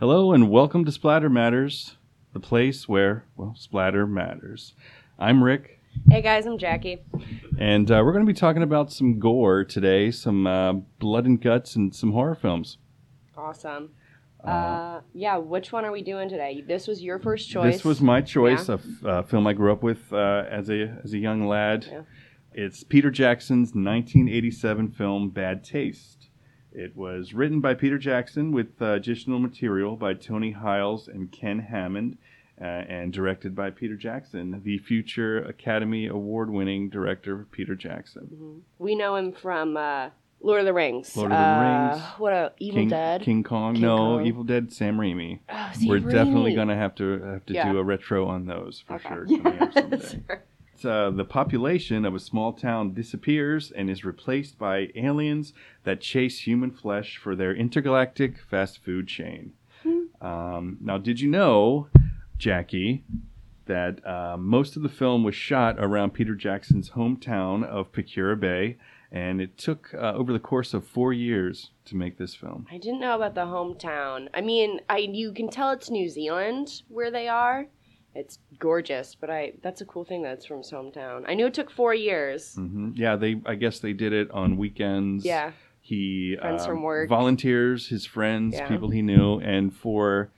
Hello and welcome to Splatter Matters, the place where, well, splatter matters. I'm Rick, Hey guys, I'm Jackie. and uh, we're going to be talking about some gore today, some uh, blood and guts, and some horror films. Awesome. Uh, Uh, yeah, which one are we doing today? This was your first choice. This was my choice, a f- uh, film I grew up with uh, as a as a young lad. Yeah. It's Peter Jackson's 1987 film Bad Taste. It was written by Peter Jackson with uh, additional material by Tony Hiles and Ken Hammond, uh, and directed by Peter Jackson, the future Academy Award-winning director Peter Jackson. Mhm. We know him from uh, Lord of the Rings. Lord of the Uh, Rings. What a Evil King, Dead. King Kong. King no, Kong. Evil Dead. Sam Raimi. Oh, see, We're really? definitely gonna have to have to Yeah. do a retro on those for Okay. sure. Coming up someday. Yes, sir. uh, the population of a small town disappears and is replaced by aliens that chase human flesh for their intergalactic fast food chain. Um, now, did you know, Jackie, that uh, most of the film was shot around Peter Jackson's hometown of Pecura Bay, and it took uh, over the course of four years to make this film. I didn't know about the hometown. I mean, I you can tell it's New Zealand where they are. It's gorgeous, but I that's a cool thing that's from his hometown. I knew it took four years. hmm Yeah, they. I guess they did it on weekends. Yeah. he Friends uh, from work. volunteers his friends Yeah. people he knew and for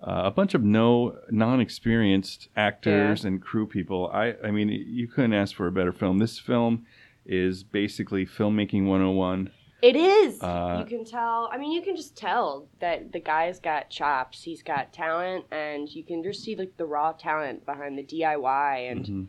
uh, a bunch of no non-experienced actors and crew people i i mean you couldn't ask for a better film this film is basically filmmaking 101 It is. Uh, you can tell. I mean, you can just tell that the guy's got chops. He's got talent, and you can just see like the raw talent behind the DIY and Mhm.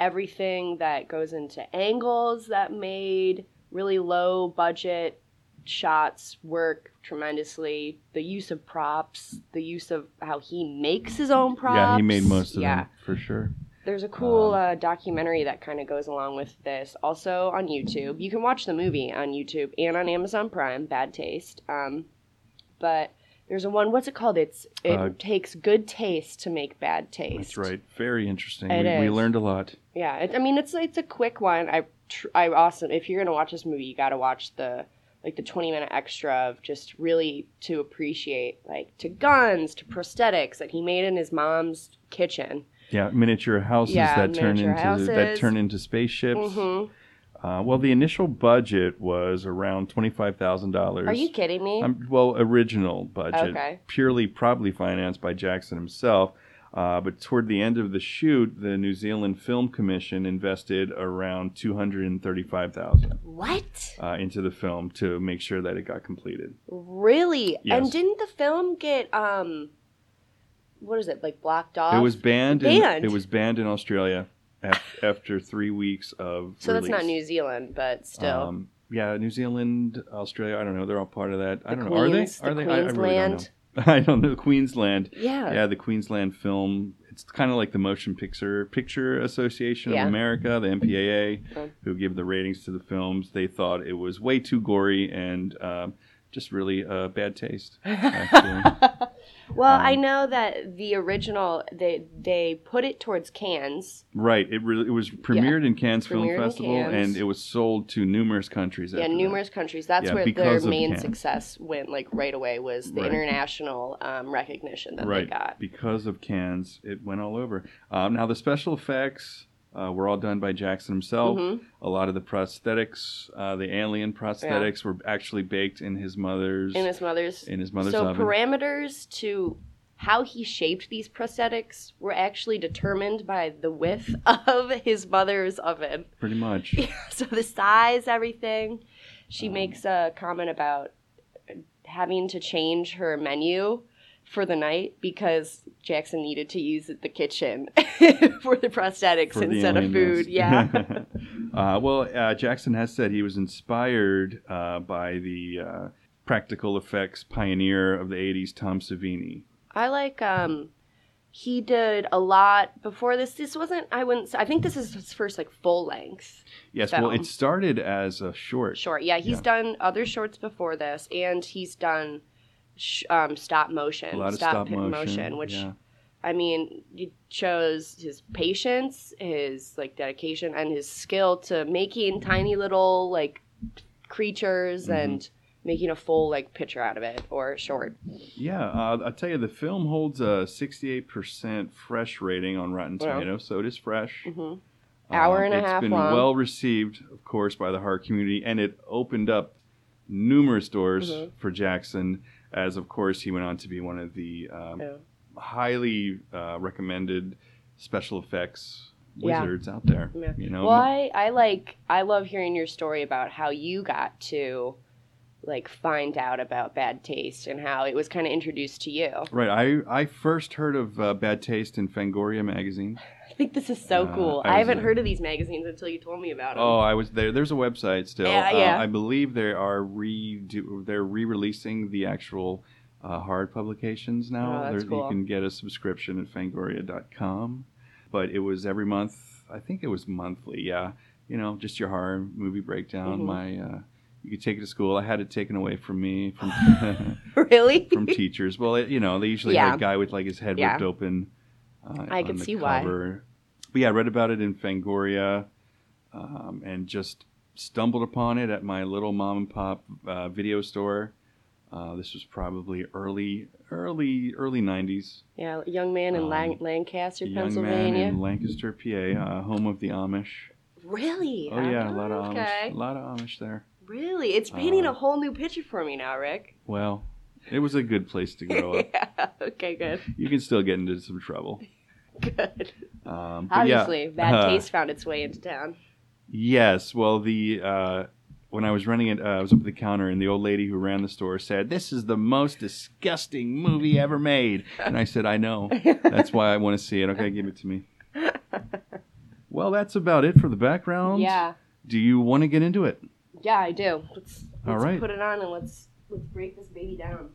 everything that goes into angles that made really low budget shots work tremendously. The use of props, the use of how he makes his own props. yeah he made most of Yeah. them for sure There's a cool Um, uh, documentary that kind of goes along with this, also on YouTube. You can watch the movie on YouTube and on Amazon Prime. Bad taste, um, but there's a one. What's it called? It's it Uh, takes good taste to make bad taste. that's right very interesting It we, we is. learned a lot Yeah, it, I mean it's it's a quick one. I tr- I awesome. If you're gonna watch this movie, you gotta watch the like the 20 minute extra of just really to appreciate like to guns to prosthetics that he made in his mom's kitchen. yeah miniature houses Yeah, that turn miniature into that houses. turn into spaceships hmm uh, well the initial budget was around $25000 Are you kidding me? Um, well, original budget, Okay. purely probably financed by Jackson himself. Uh, but toward the end of the shoot, the New Zealand Film Commission invested around two hundred and thirty-five thousand what? uh, into the film to make sure that it got completed. Really? Yes. And didn't the film get um what is it, like blocked off? It was banned. Banned? In, it was banned in Australia af- after three weeks of. so that's not release. New Zealand, but still. Um, yeah, New Zealand, Australia. I don't know. They're all part of that. I The don't Queens- know. Are the they? Are they? I- I, really Queensland. don't know. I don't know. Queensland. yeah. Yeah, the Queensland Film. It's kind of like the Motion Picture Picture Association Yeah. of America, the MPAA, Okay. who give the ratings to the films. They thought it was way too gory and um, just really uh, bad taste. actually. Well, um, I know that the original they they put it towards Cannes. right. It really it was premiered in Cannes Premiered Film in Festival Cannes. and it was sold to numerous countries. Yeah, after that. numerous countries. That's Yeah, where their because of main Cannes. success went like right away was the Right. international um, recognition that right they got. because of Cannes, it went all over. Um, now the special effects. Uh, were all done by Jackson himself. Mhm. A lot of the prosthetics, uh, the alien prosthetics, were actually baked in his mother's In his mother's in his mother's so oven. parameters to how he shaped these prosthetics were actually determined by the width of his mother's oven. pretty much. so the size, everything. She Um, makes a comment about having to change her menu for the night because Jackson needed to use the kitchen for the prosthetics for the instead of alienness. food. Yeah. uh, well, uh, Jackson has said he was inspired uh, by the uh, practical effects pioneer of the 80s, Tom Savini. I like um he did a lot before this. This wasn't I wouldn't I think this is his first like full length. Yes, well, Film. it started as a short. Short. Yeah, he's Yeah. done other shorts before this, and he's done sh- um, stop motion, A lot of stop, pi- motion, which yeah. I mean, it shows his patience, his like dedication, and his skill to making tiny little like creatures Mhm. and making a full like picture out of it or short. Yeah, uh, I tell you, the film holds a 68% fresh rating on Rotten Wow. Tomatoes, so it is fresh. hmm Hour and a half Uh, It's been long. well received, of course, by the horror community, and it opened up numerous doors Mhm. for Jackson. As of course, he went on to be one of the um, Yeah. highly uh, recommended special effects Yeah. wizards out there. Yeah. You know, well, I, I like I love hearing your story about how you got to like find out about bad taste and how it was kind of introduced to you. right? I I first heard of uh, Bad Taste in Fangoria magazine. I think this is so Uh, cool. I I, was haven't a- heard of these magazines until you told me about them. Oh, I was there. There's a website still. Yeah, Uh, yeah. I believe they are redo. They're re-releasing the actual uh, hard publications now. Oh, that's There- cool. You can get a subscription at Fangoria.com. But it was every month. I think it was monthly. Yeah, you know, just your horror movie breakdown. Mhm. My, uh, you could take it to school. I had it taken away from me from really? from teachers. Well, it, you know, they usually Yeah. had a guy with like his head Yeah. ripped open. Uh, I on could the see why. cover. But yeah, I read about it in Fangoria, um, and just stumbled upon it at my little mom and pop uh, video store. Uh, this was probably early, early, early '90s. yeah, young man in Um, Lan- Lancaster, A young man Pennsylvania. in Lancaster, PA, uh, home of the Amish. Really? Oh yeah, a lot of okay. Amish, a lot of Amish there. Really? It's painting Uh, a whole new picture for me now, Rick. Well, it was a good place to grow up. yeah. Okay. Good. You can still get into some trouble. Good. Um, but yeah, Obviously, bad uh, taste found its way into town. Yes. Well, the uh, when I was running it, uh, I was up at the counter, and the old lady who ran the store said, "This is the most disgusting movie ever made." And I said, "I know. That's why I want to see it. Okay, give it to me." Well, that's about it for the background. yeah. Do you want to get into it? Yeah, I do. Let's, All let's right. put it on and let's let's break this baby down.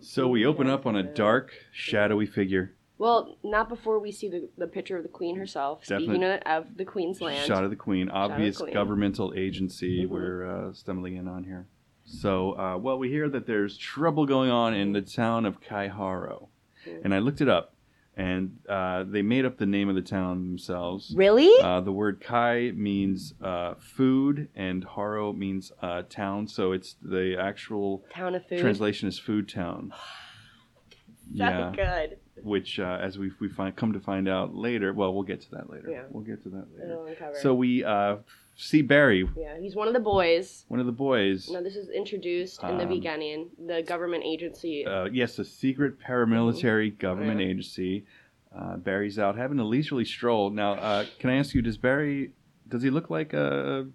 So we open up on a dark, shadowy figure. Well, not before we see the, the picture of the queen herself. Speaking Definite- of, of the queen's land. Shot of the Queen, of the obvious Queen. governmental agency Mhm. we're uh, stumbling in on here. So, uh, well, we hear that there's trouble going on in the town of Kaiharo. Mhm. And I looked it up, and uh, they made up the name of the town themselves. Really? Uh, the word kai means uh, food, and haro means uh, town. So it's the actual Town of food. translation is food town. so good. which uh, as we we find come to find out later. Well, we'll get to that later. Yeah. We'll get to that later. It'll uncover. So we uh, see Barry, yeah, he's one of the boys. one of the boys. Now this is introduced in the Um, beginning. The government agency. Uh, yes, a secret paramilitary government Mm-hmm. Oh, Yeah. agency. Uh, Barry's out having a leisurely stroll. Now, uh, can I ask you? Does Barry does he look like a,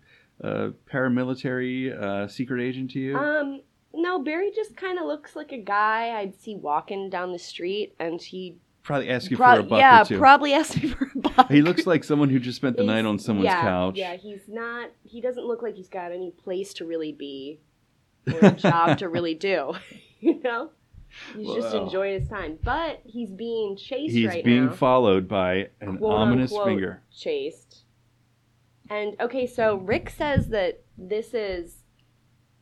a paramilitary uh, secret agent to you? um, no, Barry just kind of looks like a guy I'd see walking down the street, and he probably ask you for prob- a buck yeah or two. probably asked me for a buck. he looks like someone who just spent the He's- night on someone's yeah, couch. Yeah, he's not. He doesn't look like he's got any place to really be or a job to really do. You know, he's just Wow. enjoying his time. But he's being chased He's right being now. followed by an Quote, ominous unquote, finger. Chased. And okay, so Rick says that this is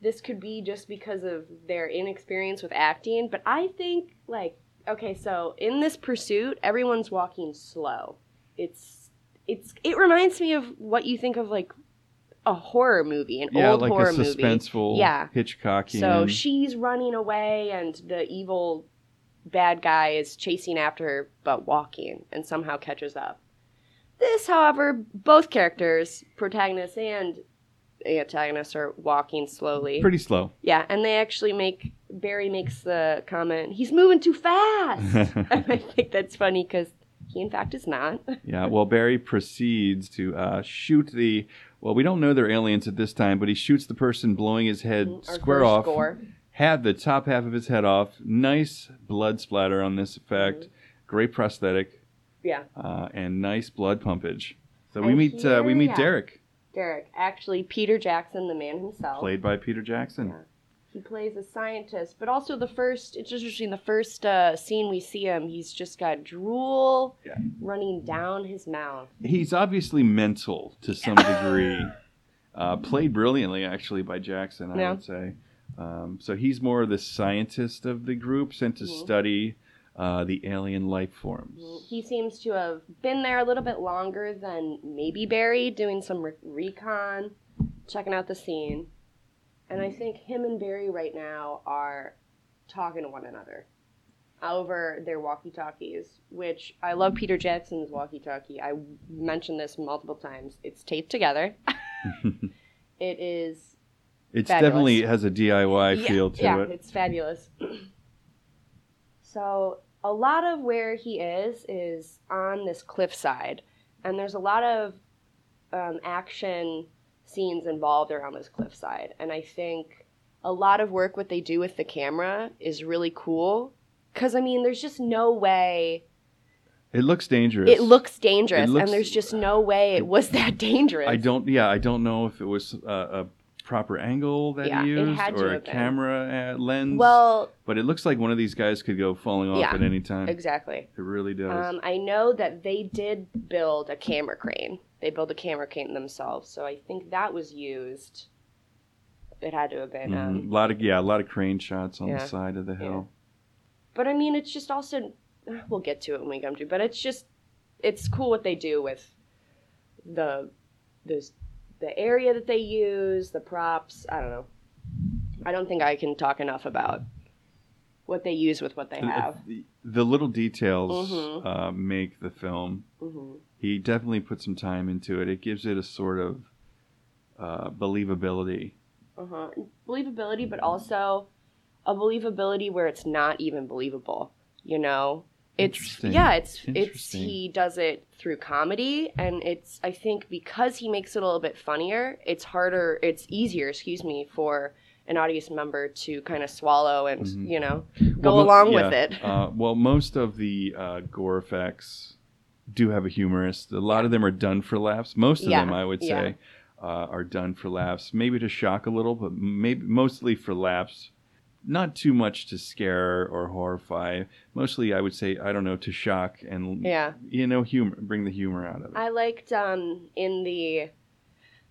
this could be just because of their inexperience with acting, but I think like okay, so in this pursuit, everyone's walking slow. It's it's it reminds me of what you think of like a horror movie, an Yeah, old like horror a movie. suspenseful Yeah. Hitchcockian. So she's running away, and the evil bad guy is chasing after her, but walking, and somehow catches up. This, however, both characters, protagonist and antagonist, are walking slowly. pretty slow. yeah, and they actually make Barry makes the comment, "He's moving too fast," and I think that's funny because he, in fact, is not. yeah. Well, Barry proceeds to uh, shoot the. Well, we don't know they're aliens at this time, but he shoots the person blowing his head Mm, Our square first off. Score. Had the top half of his head off. Nice blood splatter on this effect. Mm-hmm. Great prosthetic Yeah, uh, and nice blood pumpage. So And we meet uh, we here- meet yeah. Derek, Derek. Actually, Peter Jackson, the man himself. played by Peter Jackson. he plays a scientist, but also the first. It's interesting. The first uh, scene we see him, he's just got drool Yeah. running down his mouth. he's obviously mental to some degree. Uh, played brilliantly, actually, by Jackson, I Yeah. would say. Um, so he's more the scientist of the group, sent to Mhm. study uh, the alien life forms. He seems to have been there a little bit longer than maybe Barry, doing some re- recon, checking out the scene. And I think him and Barry right now are talking to one another over their walkie talkies, which I love Peter Jackson's walkie talkie. I mentioned this multiple times. It's taped together, it is It's Fabulous. definitely has a DIY yeah, feel to yeah, it. it's fabulous. so a lot of where he is is on this cliffside, and there's a lot of um, action scenes involved around this cliffside. And I think a lot of work what they do with the camera is really cool. Cause I mean, there's just no way It looks dangerous. it looks dangerous, looks- and there's just no way it was that dangerous. I don't. Yeah, I don't know if it was uh, a proper angle that Yeah, it he used had to or a have been. camera uh, lens. Well, but it looks like one of these guys could go falling off Yeah. at any time. exactly. It really does. Um, I know that they did build a camera crane. They built a camera crane themselves, so I think that was used. It had to have been. Mhm. Um, A lot of yeah, a lot of crane shots on Yeah. the side of the Yeah. hill. but I mean, it's just also. uh, We'll get to it when we come to. But it's just, it's cool what they do with the, those, the area that they use, the props. I don't know. I don't think I can talk enough about what they use with what they have. The, the little details Mhm. uh, make the film. hmm He definitely put some time into it. It gives it a sort of uh, believability. Uh-huh. Believability, but also a believability where it's not even believable. You know, it's Interesting. yeah, it's it's Interesting. he does it through comedy, and it's I think because he makes it a little bit funnier, it's harder, it's easier, excuse me, for an audience member to kind of swallow and Mhm. you know go Well, mo- along with yeah. it. uh, well, most of the uh, gore effects do have a humorist. A lot of them are done for laughs. Most of Yeah, them, I would say, uh, are done for laughs. Maybe to shock a little, but maybe mostly for laughs. Not too much to scare or horrify. Mostly, I would say, I don't know, to shock and yeah. you know, humor, bring the humor out of it. I liked um, in the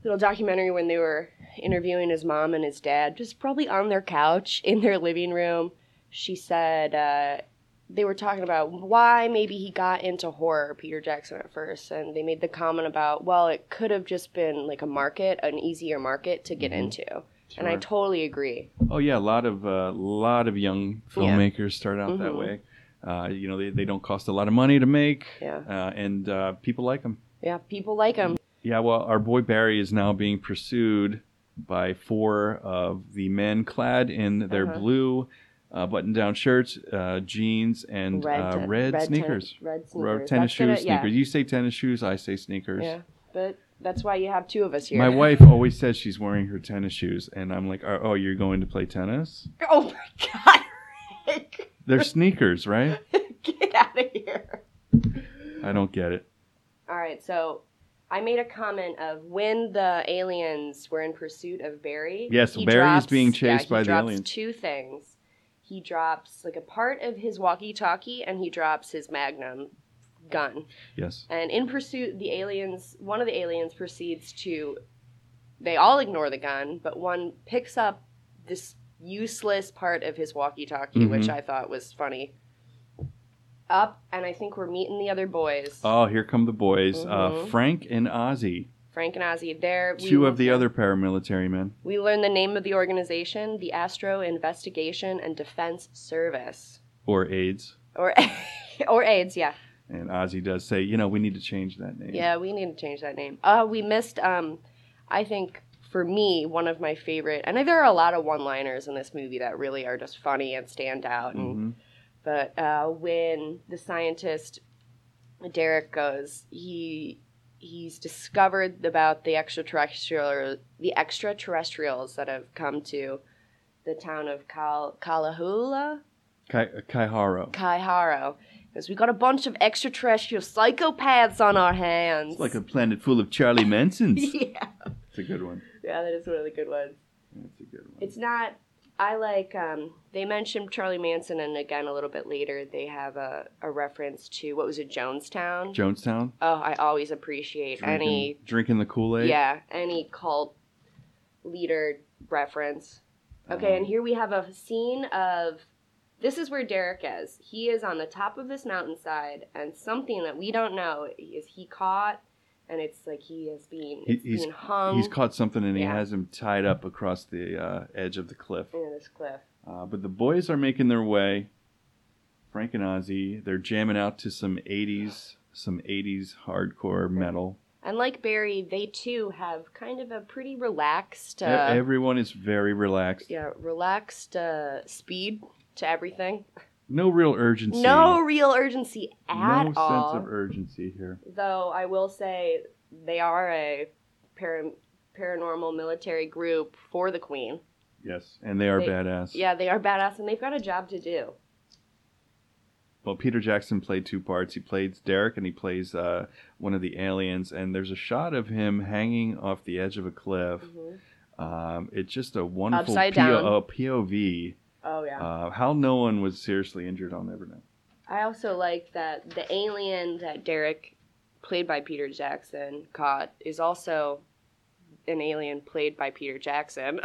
little documentary when they were interviewing his mom and his dad, just probably on their couch in their living room. She said uh, they were talking about why maybe he got into horror, Peter Jackson at first, and they made the comment about, well, it could have just been like a market, an easier market to get Mhm. into. And I Sure. totally agree. Oh yeah, a lot of a lot of young Yeah. filmmakers start out that Mhm. way. Uh, you know, they, they don't cost a lot of money to make, Yeah, uh, and uh, people like them. yeah, people like him. Yeah, well, our boy Barry is now being pursued by four of the men clad in their Uh-huh. blue uh, button-down shirts, uh, jeans, and red, uh, ten- red, ten- sneakers. red Or tennis sneakers, That's shoes, gonna- yeah, sneakers. You say tennis shoes, I say sneakers. Yeah, but that's why you have two of us here. My wife always says she's wearing her tennis shoes, and I'm like, "Oh, oh, you're going to play tennis? Oh my god, Rick. They're sneakers, right? Get out of here. I don't get it." All right, so I made a comment of when the aliens were in pursuit of Barry. Yes, he Barry is drops- being chased he by the drops aliens. Two things. He drops like a part of his walkie-talkie, and he drops his Magnum gun. Yes. And in pursuit, the aliens, one of the aliens proceeds to, they all ignore the gun, but one picks up this useless part of his walkie talkie, which Mhm. I thought was funny. Up, and I think we're meeting the other boys, Oh, here come the boys, uh, Mhm. Frank and Ozzy, Frank and Ozzy. There, two of the other paramilitary men. We learn the name of the organization, the Astro Investigation and Defense Service, or AIDS. or or AIDS. Yeah, And Ozzy does say, you know, we need to change that name. Yeah, we need to change that name. Uh, we missed. Um, I think for me, one of my favorite, and there are a lot of one-liners in this movie that really are just funny and stand out. Mhm. And but uh, when the scientist Derek goes, he he's discovered about the extraterrestrial the extraterrestrials that have come to the town of Kal- Kalahula. Kai- Kaiharo. Kaiharo. Because we got a bunch of extraterrestrial psychopaths on our hands. It's like a planet full of Charlie Mansons. yeah. It's a good one. Yeah, that is one of the good ones. It's a good one. It's not. I like. Um, they mentioned Charlie Manson, and again a little bit later they have a, a reference to what was it, Jonestown? Jonestown. oh, I always appreciate Drinking, any. drinking the Kool Aid. Yeah, any cult leader reference. Okay, Uh-huh. and here we have a scene of. This is where Derek is. He is on the top of this mountainside, and something that we don't know is he caught and it's like he is being, He- it's he's- being hung Uh, He's caught something and he Yeah. has him tied up across the uh, edge of the cliff. into this cliff. Uh, but the boys are making their way. Frank and Ozzy, they're jamming out to some 80s, some 80s hardcore metal. E, And like Barry, they too have kind of a pretty relaxed, E- uh, Everyone is very relaxed. yeah, relaxed uh, speed to everything. No real urgency. No real urgency at No all. sense of urgency here. Though I will say they are a para- paranormal military group for the Queen. Yes, and they are They- badass. Yeah, they are badass and they've got a job to do. Well, Peter Jackson played two parts. He plays Derek and he plays uh, one of the aliens. And there's a shot of him hanging off the edge of a cliff. Um, it's just a wonderful Upside P- down. uh, POV. Oh yeah. Uh, how no one was seriously injured, I'll never know. I also like that the alien that Derek, played by Peter Jackson, caught is also an alien played by Peter Jackson.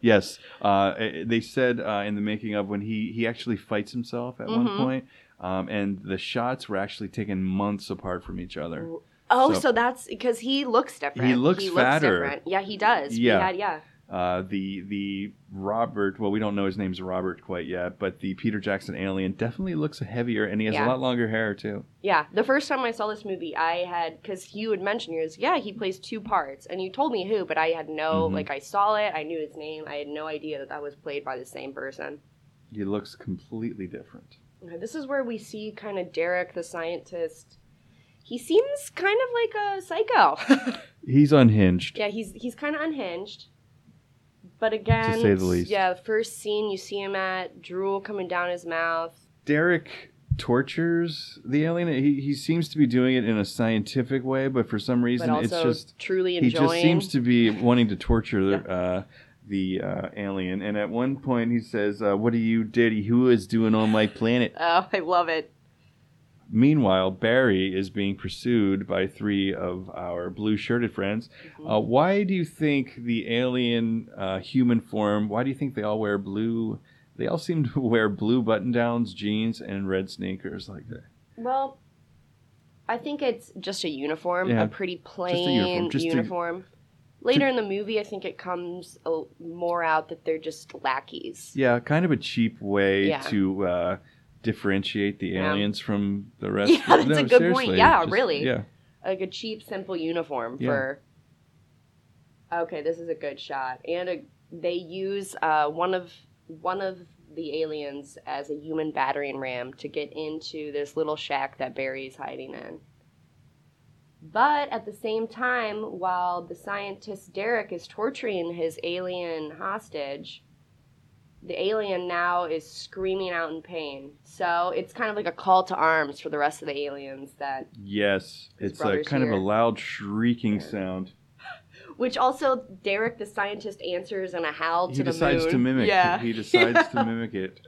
Yes, uh, eh, they said uh, in the making of when he he actually fights himself at one Mhm. point, um, and the shots were actually taken months apart from each other. oh, So- so, that's because he looks different. He looks fatter. different. Yeah, he does. We Yeah. had- yeah. Uh, the the Robert, well, we don't know his name's Robert quite yet, but the Peter Jackson alien definitely looks heavier, and he has a Yeah. lot longer hair too. Yeah, the first time I saw this movie, I had because you had mentioned yours. Yeah, he plays two parts, and you told me who, but I had no Mhm. like I saw it, I knew his name, I had no idea that that was played by the same person. He looks completely different. Okay, This is where we see kind of Derek the scientist. He seems kind of like a psycho. He's unhinged. yeah, he's he's kind of unhinged. But again, say the least. yeah, the first scene you see him at drool coming down his mouth. Derek tortures the alien. He he seems to be doing it in a scientific way, but for some reason, but it's also just truly he enjoying. just seems to be wanting to torture uh, the uh, alien. And at one point, he says, uh, "What are you, Daddy? Who is doing on my planet?" Oh, I love it. Meanwhile, Barry is being pursued by three of our blue-shirted friends. Mm-hmm. Uh, why do you think the alien uh, human form? Why do you think they all wear blue? They all seem to wear blue button downs, jeans, and red sneakers. Like that. Well, I think it's just a uniform, Yeah, a pretty plain uniform, uniform. just to- Later in the movie, I think it comes a, more out that they're just lackeys. yeah, kind of a cheap way Yeah. to uh, differentiate the Yeah. aliens from the rest. Yeah, that's no, a good point. seriously, Yeah, really. Yeah, like a cheap, simple uniform Yeah. for. Okay, this is a good shot, and a, they use uh, one of one of the aliens as a human battering ram to get into this little shack that Barry's hiding in. But at the same time, while the scientist Derek is torturing his alien hostage, the alien now is screaming out in pain. So it's kind of like a call to arms for the rest of the aliens that yes, His it's a brother's kind of a here. loud shrieking Yeah. sound. Which also Derek the scientist answers in a howl to He the decides moon. to mimic. Yeah. He decides to mimic it.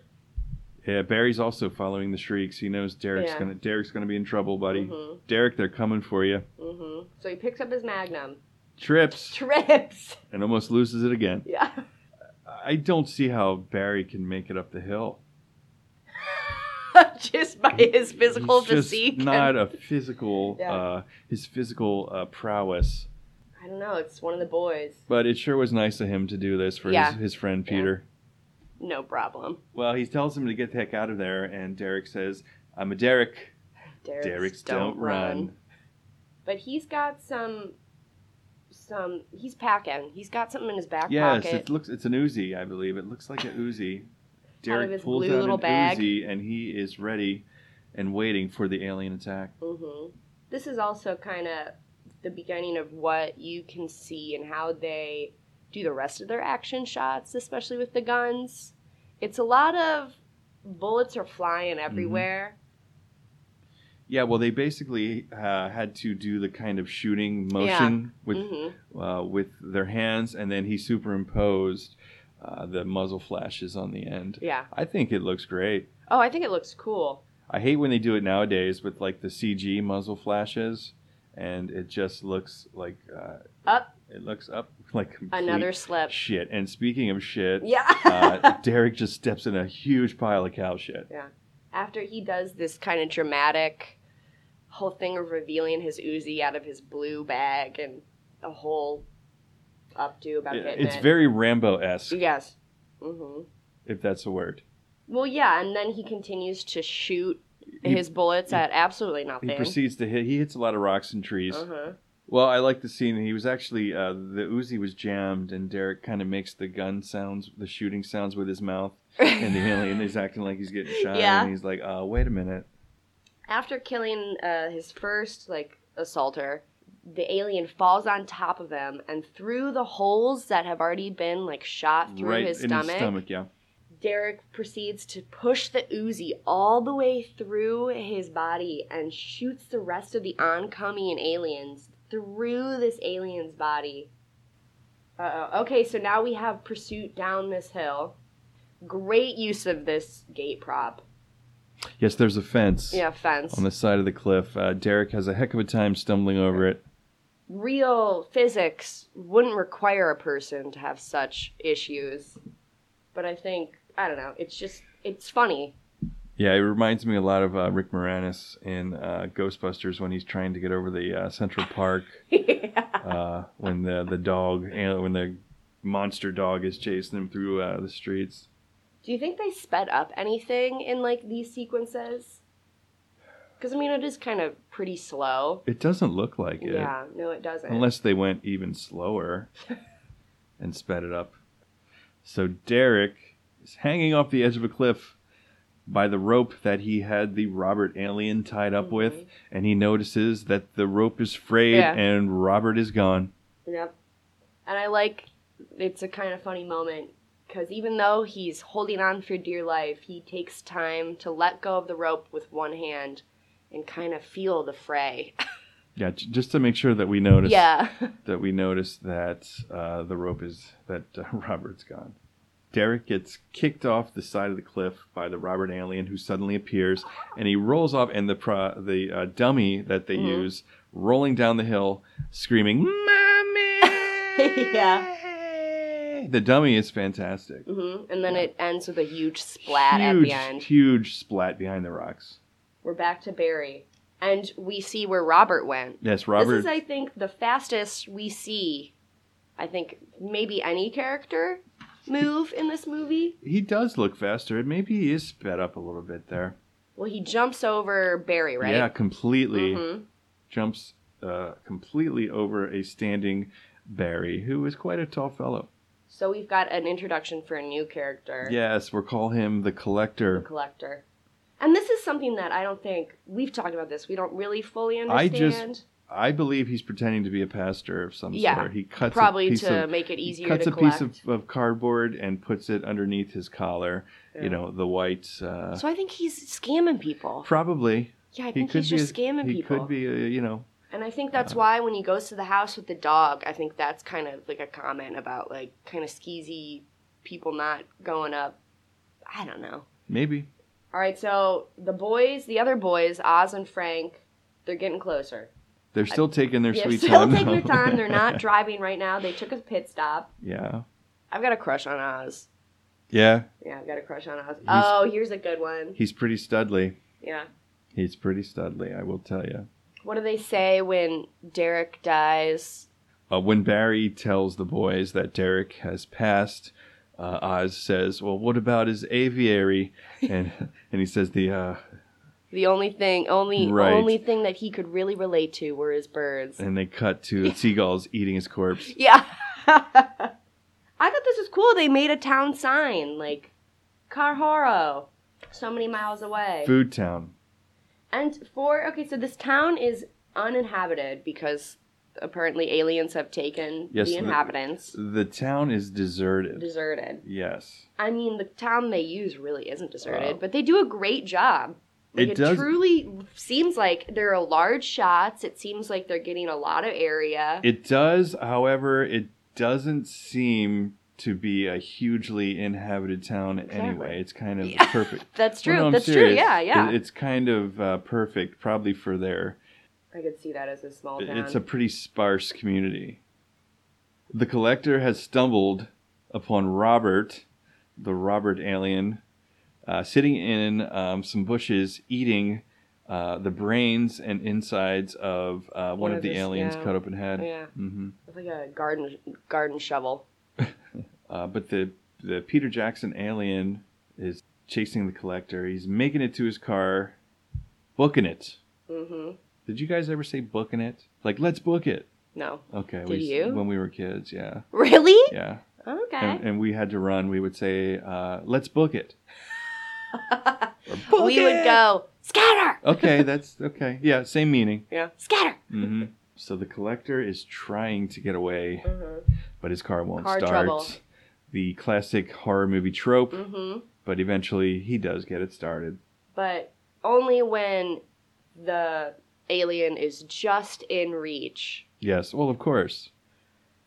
Yeah, Barry's also following the shrieks. He knows Derek's Yeah. gonna Derek's gonna be in trouble, buddy. Mhm, Derek, they're coming for you. mhm. So he picks up his magnum, Trips trips. and almost loses it again. Yeah. I don't see how Barry can make it up the hill. just by his physical He's just physique. and- not a physical. Yeah. uh, his physical uh, prowess. I don't know, it's one of the boys. But it sure was nice of him to do this for Yeah. his, his friend Yeah. Peter. No problem. Well, he tells him to get the heck out of there, and Derek says, I'm a Derek. Derek's, Derek's don't, run. But he's got some some he's packing. He's got something in his back Yes, pocket. it looks it's an Uzi, I believe. It looks like an Uzi. Derek his pulls blue out little an bag. Uzi, and he is ready and waiting for the alien attack. hmm This is also kind of the beginning of what you can see and how they do the rest of their action shots, especially with the guns. It's a lot of bullets are flying Mm-hmm. everywhere. Yeah, well, they basically uh, had to do the kind of shooting motion with hmm uh, with their hands, and then he superimposed uh, the muzzle flashes on the end. Yeah. I think it looks great. Oh, I think it looks cool. I hate when they do it nowadays with like the CG muzzle flashes, and it just looks like uh, Up. It looks up like complete Another slip. shit. And speaking of shit, Yeah. uh, Derek just steps in a huge pile of cow shit. After he does this kind of dramatic whole thing of revealing his Uzi out of his blue bag and a whole updo about It- getting it's it. very Rambo esque, yes. hmm if that's a word. Well, yeah, and then he continues to shoot He- his bullets at absolutely nothing. He proceeds to hit. He hits a lot of rocks and trees. uh-huh. Well, I like the scene. He was actually uh, the Uzi was jammed, and Derek kind of makes the gun sounds, the shooting sounds with his mouth, and the alien is acting like he's getting shot, Yeah. and he's like, "Uh, wait a minute." After killing uh, his first like assaulter, the alien falls on top of him and through the holes that have already been like shot through right his, in stomach, his stomach, yeah. Derek proceeds to push the Uzi all the way through his body and shoots the rest of the oncoming aliens through this alien's body. Uh oh. Okay, so now we have pursuit down this hill. Great use of this gate prop. Yes, there's a fence Yeah, fence. on the side of the cliff. Uh, Derek has a heck of a time stumbling over it. real physics wouldn't require a person to have such issues. But I think I don't know. It's just it's funny. Yeah, it reminds me a lot of uh, Rick Moranis in uh, Ghostbusters when he's trying to get over the uh, Central Park uh, when the the dog uh, when the monster dog is chasing him through uh, the streets. Do you think they sped up anything in like these sequences? Because I mean, it is kind of pretty slow. It doesn't look like it, Yeah, no, it doesn't. unless they went even slower and sped it up. So Derek is hanging off the edge of a cliff by the rope that he had the Robert alien tied up with, Mhm. and he notices that the rope is frayed Yeah. and Robert is gone. Yep. And I like it's a kind of funny moment because even though he's holding on for dear life, he takes time to let go of the rope with one hand and kind of feel the fray. Yeah, j- just to make sure that we notice yeah. that we notice that uh, the rope is that uh, Robert's gone. Derek gets kicked off the side of the cliff by the Robert alien, who suddenly appears, and he rolls off. And the pro- the uh, dummy that they Mhm. use rolling down the hill, screaming "Mommy!" yeah, the dummy is fantastic. hmm And then it ends with a huge splat at huge, the end. huge splat behind the rocks. We're back to Barry. And we see where Robert went. Yes, Robert. This is, I think, the fastest we see, I think, maybe any character move in this movie. he does look faster. and Maybe he is sped up a little bit there. Well, he jumps over Barry, right? Yeah, completely. Mhm. jumps uh, completely over a standing Barry, who is quite a tall fellow. So we've got an introduction for a new character, Yes, we'll call him the the Collector. collector. And this is something that I don't think we've talked about this. We don't really fully I understand. just- I believe he's pretending to be a pastor of some Yeah, sort. He cuts a probably piece to of, make it he easier cuts to a collect. piece of, of cardboard and puts it underneath his collar. Yeah. You know, the white. Uh, So I think he's scamming people. probably Yeah, I he think could he's be. just a- scamming he people. could be. A, you know, And I think Uh-huh. that's why when he goes to the house with the dog, I think that's kind of like a comment about like kind of skeezy people not going up. I don't know. maybe. All right, so the boys, the other boys, Oz and Frank, they're getting closer. They're still taking their They're sweet still time. taking their though. time. They're not driving right now. They took a pit stop. yeah. I've got a crush on Oz. Yeah. Yeah, I've got a crush on Oz. He's- Oh, here's a good one. He's pretty studly. Yeah. He's pretty studly, I will tell you. What do they say when Derek dies? Uh, when Barry tells the boys that Derek has passed, uh, Oz says, "Well, what about his aviary?" And and he says, "The uh, The only thing, only Right. only thing that he could really relate to were his birds. and they cut to the seagulls eating his corpse. Yeah. I thought this was cool. They made a town sign, like Carhoro, so many miles away. Food Town. And for okay, so this town is uninhabited because apparently aliens have taken Yes, the the- inhabitants. The town is deserted. deserted. Yes, I mean, the town they use really isn't deserted, Wow. but they do a great job. Like, It it, does- truly seems like there are large shots. It seems like they're getting a lot of area. it does. However, it doesn't seem to be a hugely inhabited town Exactly. anyway. It's kind of Yeah. perfect. That's Well, true. no, I'm That's true. serious. Yeah, yeah. It- it's kind of uh, perfect, probably for their I could see that as a small town. It's a pretty sparse community. The collector has stumbled upon Robert, the Robert alien, uh, sitting in um, some bushes eating uh, uh, the brains and insides of uh, one, One of of the his- aliens yeah. cut open head. Yeah, hmm it's like a garden garden shovel. Uh, but the the Peter Jackson alien is chasing the collector. He's making it to his car, booking it. Mm-hmm. Did you guys ever say booking it? Like let's book it. No, Okay. Did we, you? When we were kids, yeah, really? yeah. Okay. And, and we had to run. We would say uh, let's book it. Or, "Book we would it!" go scatter. Okay, that's okay. Yeah, same meaning. Yeah, scatter. hmm So the collector is trying to get away, Mm-hmm. but his car won't Car start. trouble. The classic horror movie trope, mm-hmm. but eventually he does get it started. But only when the alien is just in reach. Yes, well, of course.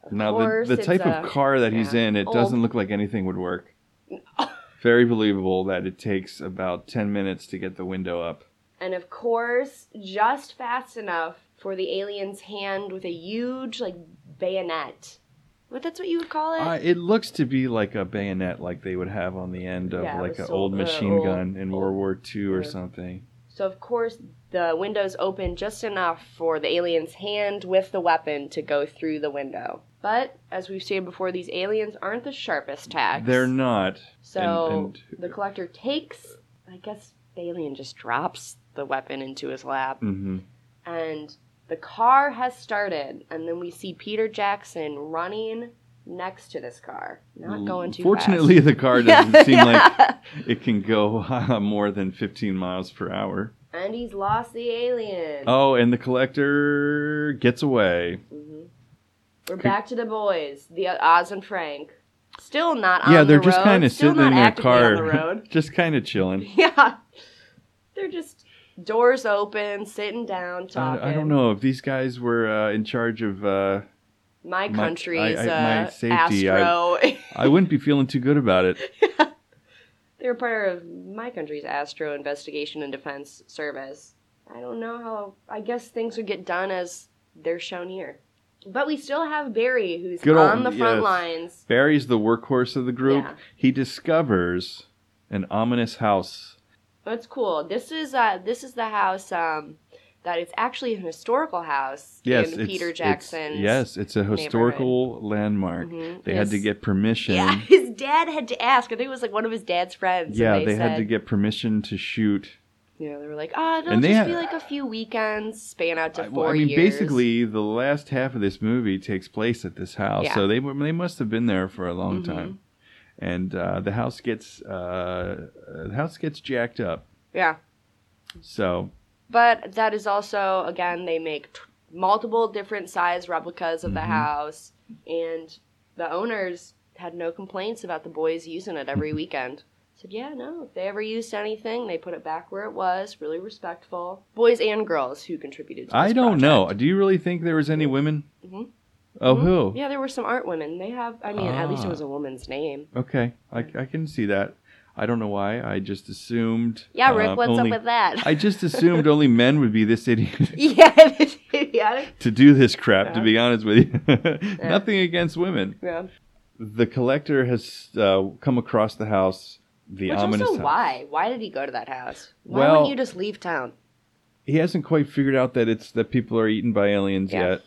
Of Now, course, the, the it's type a- of car that he's yeah, in, it old. doesn't look like anything would work. Very believable that it takes about 10 minutes to get the window up. and of course, just fast enough for the alien's hand with a huge like bayonet. What that's what you would call it? Uh, it looks to be like a bayonet, like they would have on the end of Yeah, like the an sol- old uh, machine old- gun in old- World War II or yeah. something. So of course the windows open just enough for the alien's hand with the weapon to go through the window. But as we've seen before, these aliens aren't the sharpest tacks. They're not. so and- the collector takes. I guess the alien just drops the weapon into his lap, Mm-hmm. and the car has started. And then we see Peter Jackson running next to this car, not going too Mm, Fortunately, the car fast. doesn't seem like Yeah. it can go uh, more than 15 miles per hour. And he's lost the alien. Oh, and the collector gets away. Mhm. We're Could- back to the boys, the uh, Oz and Frank. Still not on yeah, they're the just road, kind of still sitting in not their actively car, on the road. just kind of chilling. yeah, they're just doors open, sitting down, I, talking. I don't know if these guys were uh, in charge of. Uh, My- My country's I- I- my uh, safety, I- Astro. I wouldn't be feeling too good about it. they're part of my country's Astro Investigation and Defense Service. I don't know how. I guess things would get done as they're shown here. But we still have Barry, who's Good old- on the front yes. lines. Barry's the workhorse of the group. Yeah. He discovers an ominous house. That's cool. This is uh this is the house um that it's actually an historical house Yes, in it's- Peter it's- Jackson's. yes, it's a historical landmark. Mhm. They had to Yes. get permission. Yeah, his dad had to ask. I think it was like one of his dad's friends. and Yeah, they, they, said, had to get permission to shoot. You know, they were like, "Ah, it'll And they just had- be like a few weekends, span out to I, four well, I mean, years." basically, the last half of this movie takes place at this house, Yeah. so they were- they must have been there for a long Mhm. time. And uh, the house gets uh, uh, the house gets jacked up. yeah. So But that is also again they make t- multiple different size replicas of the Mhm. house, and the owners had no complaints about the boys using it every weekend. Said, yeah, no, if they ever used anything, they put it back where it was. Really respectful, boys and girls who contributed. to this I don't know. project. Do you really think there was any women? Mhm. Oh, Mhm. who? Yeah, there were some art women. They have. I mean, at least it Ah. was a woman's name. Okay, I, I can see that. I don't know why. I just assumed. Yeah, Rick, um, what's only- up with that? I just assumed only men would be this idiot. yeah, this idiotic. to do this crap, to Yeah. be honest with you. Nothing against women. Yeah. The collector has uh, come across the house, the Which ominous also, house. why? Why did he go to that house? Why Well- wouldn't you just leave town? He hasn't quite figured out that it's that people are eaten by aliens Yeah. yet,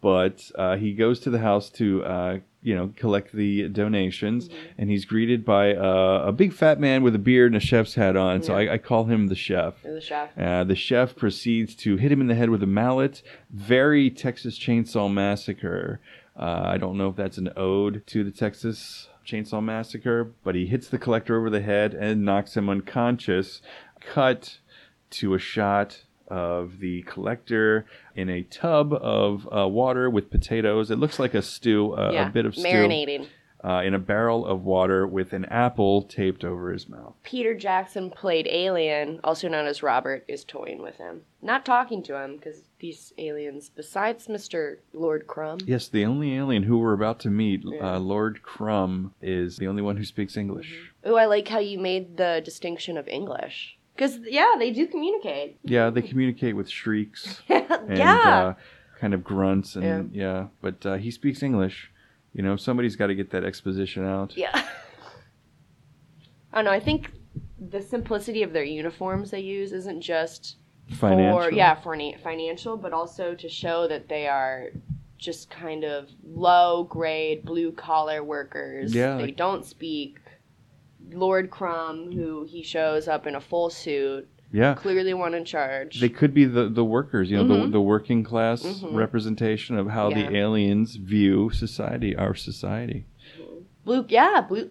but uh, he goes to the house to uh, you know collect the donations, Mm-hmm. and he's greeted by uh, a big fat man with a beard and a chef's hat on. So I, I call him the chef. It was a chef. Uh, the chef proceeds to hit him in the head with a mallet. Very Texas Chainsaw Massacre. Uh, I don't know if that's an ode to the Texas Chainsaw Massacre, but he hits the collector over the head and knocks him unconscious. Cut to a shot of the collector in a tub of uh, water with potatoes. It looks like a stew, uh, yeah. a bit of stew, marinating. Uh, in a barrel of water with an apple taped over his mouth. Peter Jackson played Alien, also known as Robert, is toying with him, not talking to him because these aliens, besides Mister Lord Crumb, Yes, the only alien who we're about to meet, Yeah. uh, Lord Crumb, is the only one who speaks English. oh, I like how you made the distinction of English because yeah, they do communicate. Yeah, they communicate with shrieks and yeah, uh, kind of grunts and yeah, but uh, he speaks English. You know, somebody's got to get that exposition out. yeah. Oh, I don't know. I think the simplicity of their uniforms they use isn't just for yeah for any financial but also to show that they are just kind of low grade blue collar workers Yeah, they like- don't speak lord crumb who he shows up in a full suit Yeah. clearly one in charge They could be the, the workers, you know, the, Mhm. the working class Mhm. representation of how Yeah. the aliens view society, our society. blue yeah blue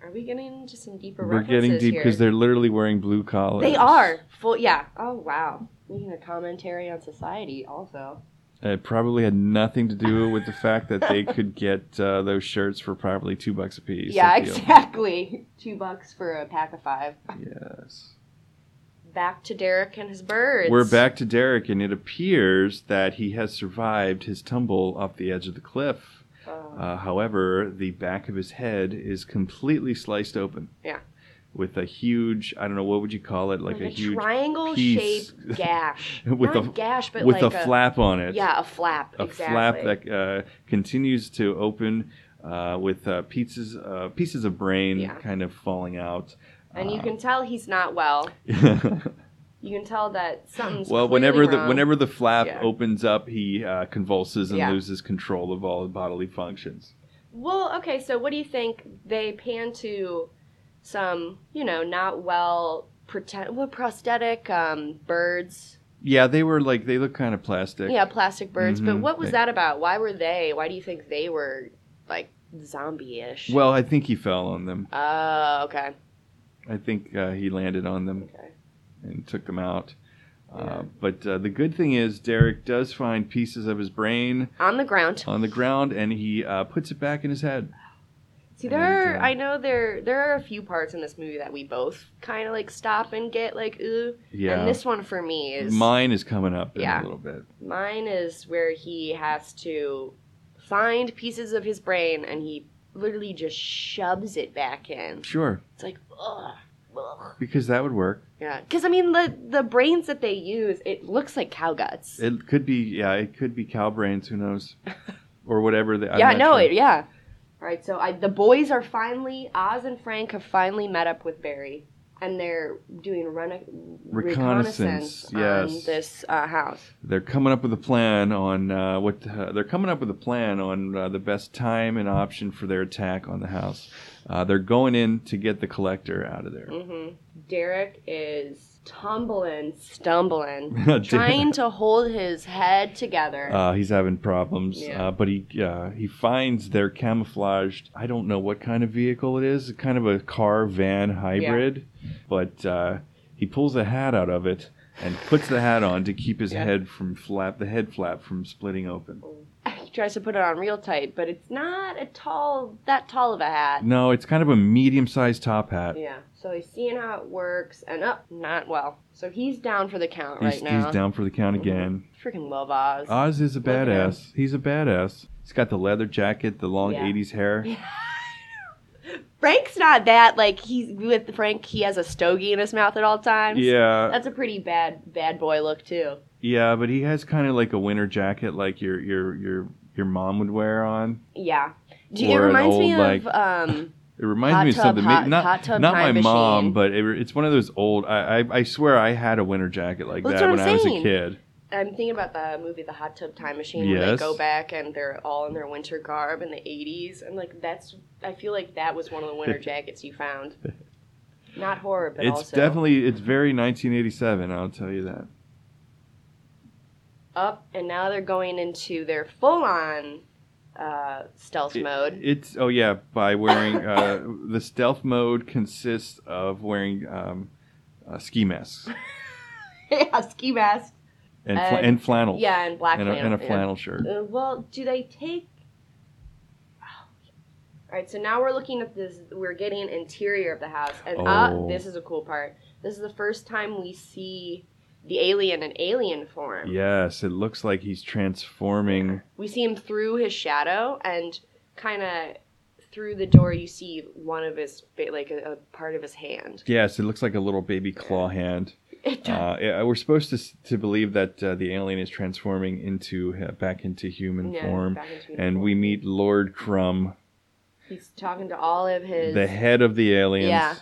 are we getting into some deeper We're getting references deep here? because they're literally wearing blue collars. they are full yeah oh wow making a commentary on society also And It probably had nothing to do with the fact that they could get uh, those shirts for probably two bucks a piece. yeah at the- exactly two bucks for a pack of five Yes. back to derek and his birds We're back to Derek, and it appears that he has survived his tumble off the edge of the cliff. Oh. Uh, however, the back of his head is completely sliced open. Yeah. With a huge, I don't know, what would you call it? Like, a, huge. triangle piece. shaped gash. With Not a- gash, but with like a flap on it. Yeah, a flap. A exactly. flap that uh, continues to open uh, with uh, pieces, uh, pieces of brain Yeah. kind of falling out. Uh, and Ah. you can tell he's not well. can. You can tell that something's well, clearly whenever the wrong. whenever the flap Yeah. opens up, he uh, convulses and Yeah. loses control of all bodily functions. Well, okay. So what do you think? They pan to some, you know, not well pretend what prosthetic um, birds. Yeah, they were like they look kind of plastic. Yeah, plastic birds. But Mhm. what was They- that about? Why were they? Why do you think they were like zombie-ish? Well, I think he fell on them. Oh, okay. I think uh, he landed on them Okay. and took them out. Yeah. Uh, but uh, the good thing is Derek does find pieces of his brain On the ground. on the ground, and he uh, puts it back in his head. See, there And, are, uh, I know there there are a few parts in this movie that we both kind of like stop and get like ooh, Yeah, and this one for me is mine is coming up in Yeah. a little bit. mine is where he has to find pieces of his brain and he literally just shoves it back in. Sure, It's like ugh, ugh. because that would work. yeah, because I mean the the brains that they use, it looks like cow guts. It could be, yeah, it could be cow brains. Who knows? Or whatever. The, I'm yeah, not no, sure. it, yeah. All right, so I, the boys are finally Oz and Frank have finally met up with Barry, and they're doing rena- Reconnaissance, reconnaissance, on yes. this uh, house. they're coming up with a plan on uh, what uh, they're coming up with a plan on uh, the best time and option for their attack on the house. Uh, they're going in to get the collector out of there. hmm Derek is tumbling, stumbling, trying to hold his head together. Uh, he's having problems, Yeah. uh, but he uh, he finds their camouflaged. I don't know what kind of vehicle it is, kind of a car van hybrid, but uh, he pulls a hat out of it and puts the hat on to keep his Yeah. head from flap the head flap from splitting open. he tries to put it on real tight, but it's not a tall that tall of a hat. No, it's kind of a medium sized top hat. Yeah, so he's seeing how it works, and up, not well. So he's down for the count he's, right now. he's down for the count Mhm. again. Freaking love Oz. Oz is a at him. badass. He's a badass. He's got the leather jacket, the long Yeah. 80s hair. Frank's not that like he's with Frank. He has a stogie in his mouth at all times. Yeah. that's a pretty bad bad boy look too. Yeah, but he has kind of like a winter jacket like your your your your mom would wear on. Yeah, Do you, it Or an reminds me old, like, of um, It reminds Hot me of tub, something. hot- not hot tub not my time mom, machine. but it, it's one of those old. I, I I swear I had a winter jacket like Well, that's that what when I'm I was a saying. kid. I'm thinking about the movie The Hot Tub Time Machine where they Yes. go back and they're all in their winter garb in the 80s and like that's I feel like that was one of the winter jackets you found. Not horror, but it's also definitely it's very 1987. I'll tell you that. up and now they're going into their full on uh, stealth It- mode. It's oh yeah, by wearing uh, the stealth mode consists of wearing um, uh, ski masks yeah, ski mask. and And- fla- and flannels. Yeah, and black and a, and a flannel, yeah. flannel shirt. Uh, well, do they take? oh, All right, so now we're looking at this. We're getting interior of the house, and Oh. uh, this is a cool part. This is the first time we see the alien in alien form. Yes, it looks like he's transforming. We see him through his shadow, and kind of through the door, you see one of his ba- like a, a part of his hand. Yes, it looks like a little baby claw hand. It does. Uh, yeah, we're supposed to s- to believe that uh, the alien is transforming into uh, back into human Yeah, form, back into and uniform. we meet Lord Crumb, he's talking to all of his the head of the aliens. Yeah.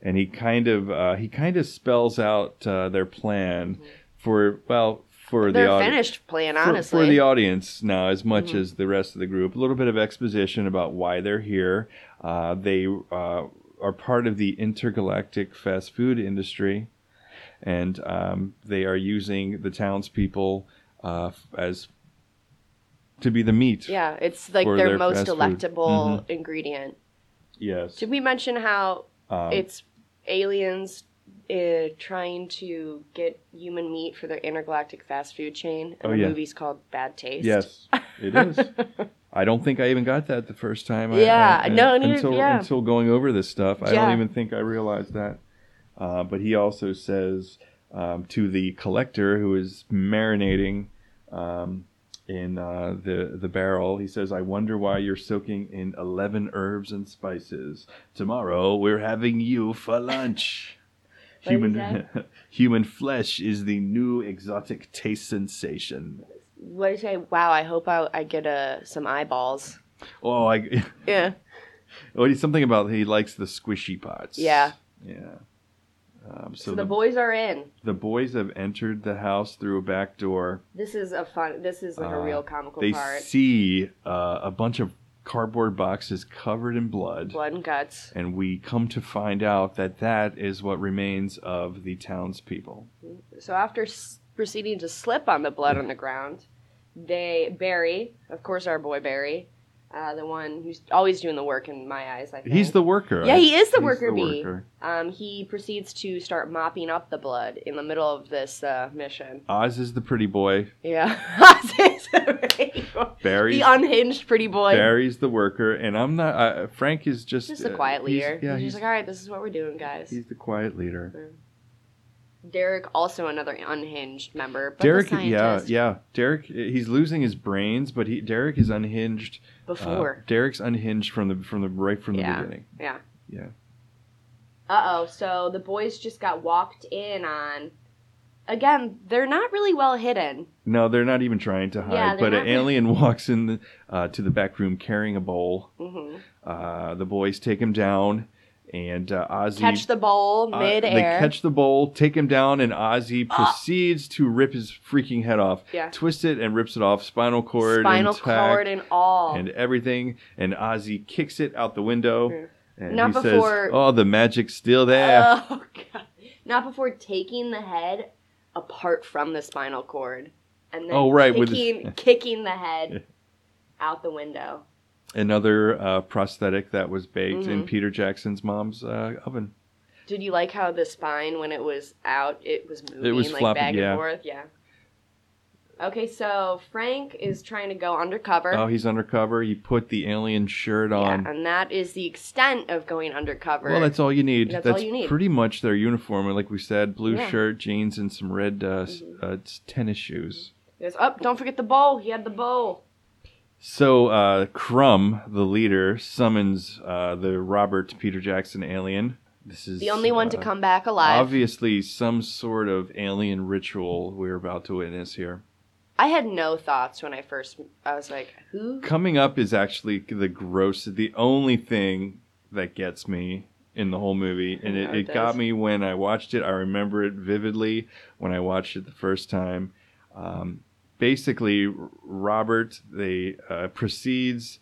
and he kind of uh, he kind of spells out uh, their plan for well for Mm-hmm. Their the audience. finished plan, For- honestly. For, the audience now as much Mhm. as the rest of the group. A little bit of exposition about why they're here. Uh, they uh, are part of the intergalactic fast food industry, and um, they are using the townspeople uh, f- as to be the meat. yeah, it's like for their, their most fast food. Mm-hmm. delectable ingredient. Yes. Did we mention how Um, it's aliens uh, trying to get human meat for their intergalactic fast food chain? And Oh, the yeah. movie's called Bad Taste. yes, it is. I don't think I even got that the first time. I- Yeah, I, I- no, neither- until yeah. until going over this stuff, I Yeah. don't even think I realized that. Uh, but he also says um, to the collector who is marinating um, in uh, the the barrel, he says, "I wonder why you're soaking in eleven herbs and spices. Tomorrow we're having you for lunch." What did he Human, human flesh is the new exotic taste sensation. What do you say? Wow, I hope I, I get uh, some eyeballs. Oh, I, Yeah. Oh, he's something about he likes the squishy pots. Yeah. Yeah. Um, so So, the the, boys are in. the boys have entered the house through a back door. This is a fun. This is like Uh, a real comical they part. see uh, a bunch of cardboard boxes covered in blood, Blood and guts. and we come to find out that that is what remains of the townspeople. So after s- proceeding to slip on the blood on the ground, they Barry, of course, our boy Barry, uh, the one who's always doing the work in my eyes. I think He's the worker. yeah, he is the He's worker bee. worker. Um, he proceeds to start mopping up the blood in the middle of this uh, mission. Oz is the pretty boy. Yeah, Barry's the unhinged pretty boy. Barry's the worker, and I'm not. Uh, Frank is just just a uh, quiet he's- leader. yeah, he's, he's, just like, all right, this is what we're doing, guys. he's the quiet leader. Derek, also another unhinged member, but Derek, the yeah, scientist yeah. Derek, he's losing his brains, but he Derek is unhinged. Uh, before. Derek's unhinged from the from the right from the Yeah. beginning. Yeah. Yeah. Uh oh, so the boys just got walked in on. Again, they're not really well hidden. No, they're not even trying to hide. Yeah, they're but an not- alien walks in the, uh, to the back room carrying a bowl. hmm Uh, the boys take him down, and uh, Ozzy Catch the bowl uh, mid they air. catch the bowl, take him down, and Ozzy proceeds to rip his freaking head off. Ah! Yeah. Twists it and rips it off. Spinal cord, Spinal intact, cord and all. and everything. And Ozzy kicks it out the window. Mm. And Not he before- says, Oh, the magic's still there. Oh, God. Not before taking the head apart from the spinal cord. And then Oh, right, with his- kicking, kicking the head out the window. Another uh, prosthetic that was baked in Mhm. Peter Jackson's mom's uh, oven. Did you like how the spine, when it was out, it was moving was like flopping, back yeah. and forth? Yeah. Okay, so Frank is trying to go undercover. Oh, he's undercover. He put the alien shirt on. Yeah, and that is the extent of going undercover. well, that's all you need. That's all you need. pretty much their uniform. Like we said, blue Yeah. shirt, jeans, and some red uh, s- Mhm. uh, s- tennis shoes. He goes, oh, don't forget the bowl. He had the bowl. So uh, Crumb, the leader, summons uh, the Robert Peter Jackson alien. This is The only one to uh, come back alive. Obviously, some sort of alien ritual we're about to witness here. I had no thoughts when I first. I was like, who? Coming up is actually the gross, the only thing that gets me in the whole movie. And Yeah, it, it it does. got me when I watched it. I remember it vividly when I watched it the first time. Um, basically, R- Robert they uh, proceeds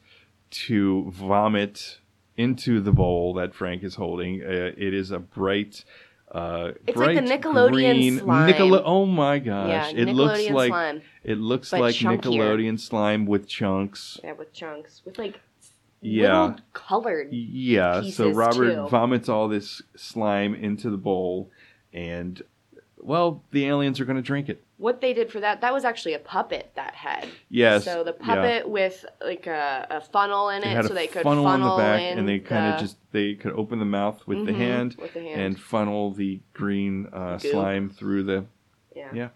to vomit into the bowl that Frank is holding. Uh, it is a bright. Uh, It's like the bright Nickelodeon green, slime. Nickel- oh my yeah, gosh! it Nickelodeon looks like slime. it looks But like chunkier. Nickelodeon slime with chunks. Yeah, with chunks, with like Yeah. little colored. Yeah. So pieces, Robert too. vomits all this slime into the bowl, and well, the aliens are going to drink it. What they did for that, that was actually a puppet that had. Yes. So the yeah. puppet with like a, a funnel in It it, had so a they could funnel, funnel on the back, in and they kind of the- just they could open the mouth with the Mhm, hand With the hand. and funnel the green uh, Goop. slime through the. yeah. yeah.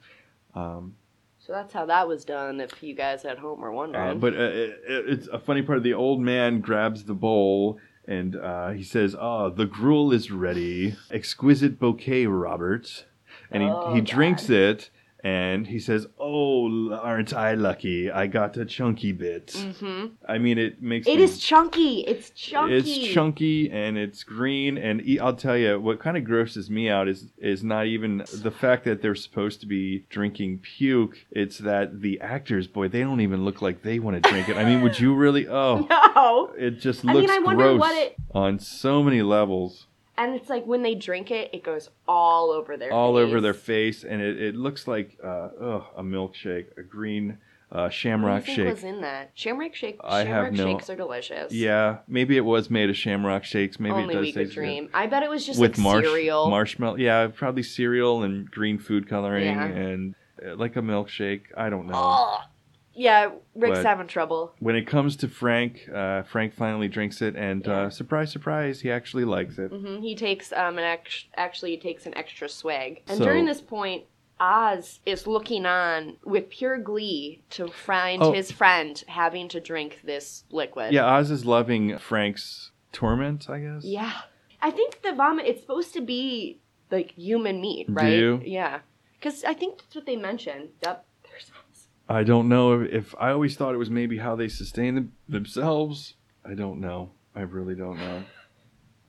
Um, So that's how that was done. If you guys at home were Uh, wondering. but uh, it, it's a funny part. The old man grabs the bowl and uh, he says, "Ah, the gruel is ready. Exquisite bouquet, Robert." And he, Oh, he drinks it, And he says, "Oh, aren't I lucky? I got a chunky bit." Mm-hmm. I mean, it makes It me- is chunky. It's chunky. It's chunky and it's green and e- I'll tell you what kind of grosses me out is is not even the fact that they're supposed to be drinking puke. It's that the actors, boy, they don't even look like they want to drink it. I mean, would you really? Oh, No. it just I mean, looks I wonder gross what it- on so many levels, And it's like when they drink it, it goes all over their all face. over their face, and it, it looks like uh, ugh, a milkshake, a green uh, What shamrock do you think shake. was in that? Shamrock shake. I have shamrock no- shakes are delicious. Yeah, maybe it was made of shamrock shakes. Maybe Only it does we could taste good. dream. I bet it was just with like marsh, cereal. marshmallow. Yeah, probably cereal and green food coloring Yeah. Oh. and uh, like a milkshake. I don't know. Ugh. Yeah, Rick's But- having trouble. When it comes to Frank, uh, Frank finally drinks it, and Yeah. uh, surprise, surprise, he actually likes it. hmm He takes um an ex- actually he takes an extra swig. And So- during this point, Oz is looking on with pure glee to find Oh. his friend having to drink this liquid. Yeah, Oz is loving Frank's torment, I guess. Yeah. I think the vomit it's supposed to be like human meat, Do right? you? Yeah. Cuz I think that's what they mentioned. Yep. There's Oz. I don't know if, if I always thought it was maybe how they sustain them, themselves. I don't know. I really don't know.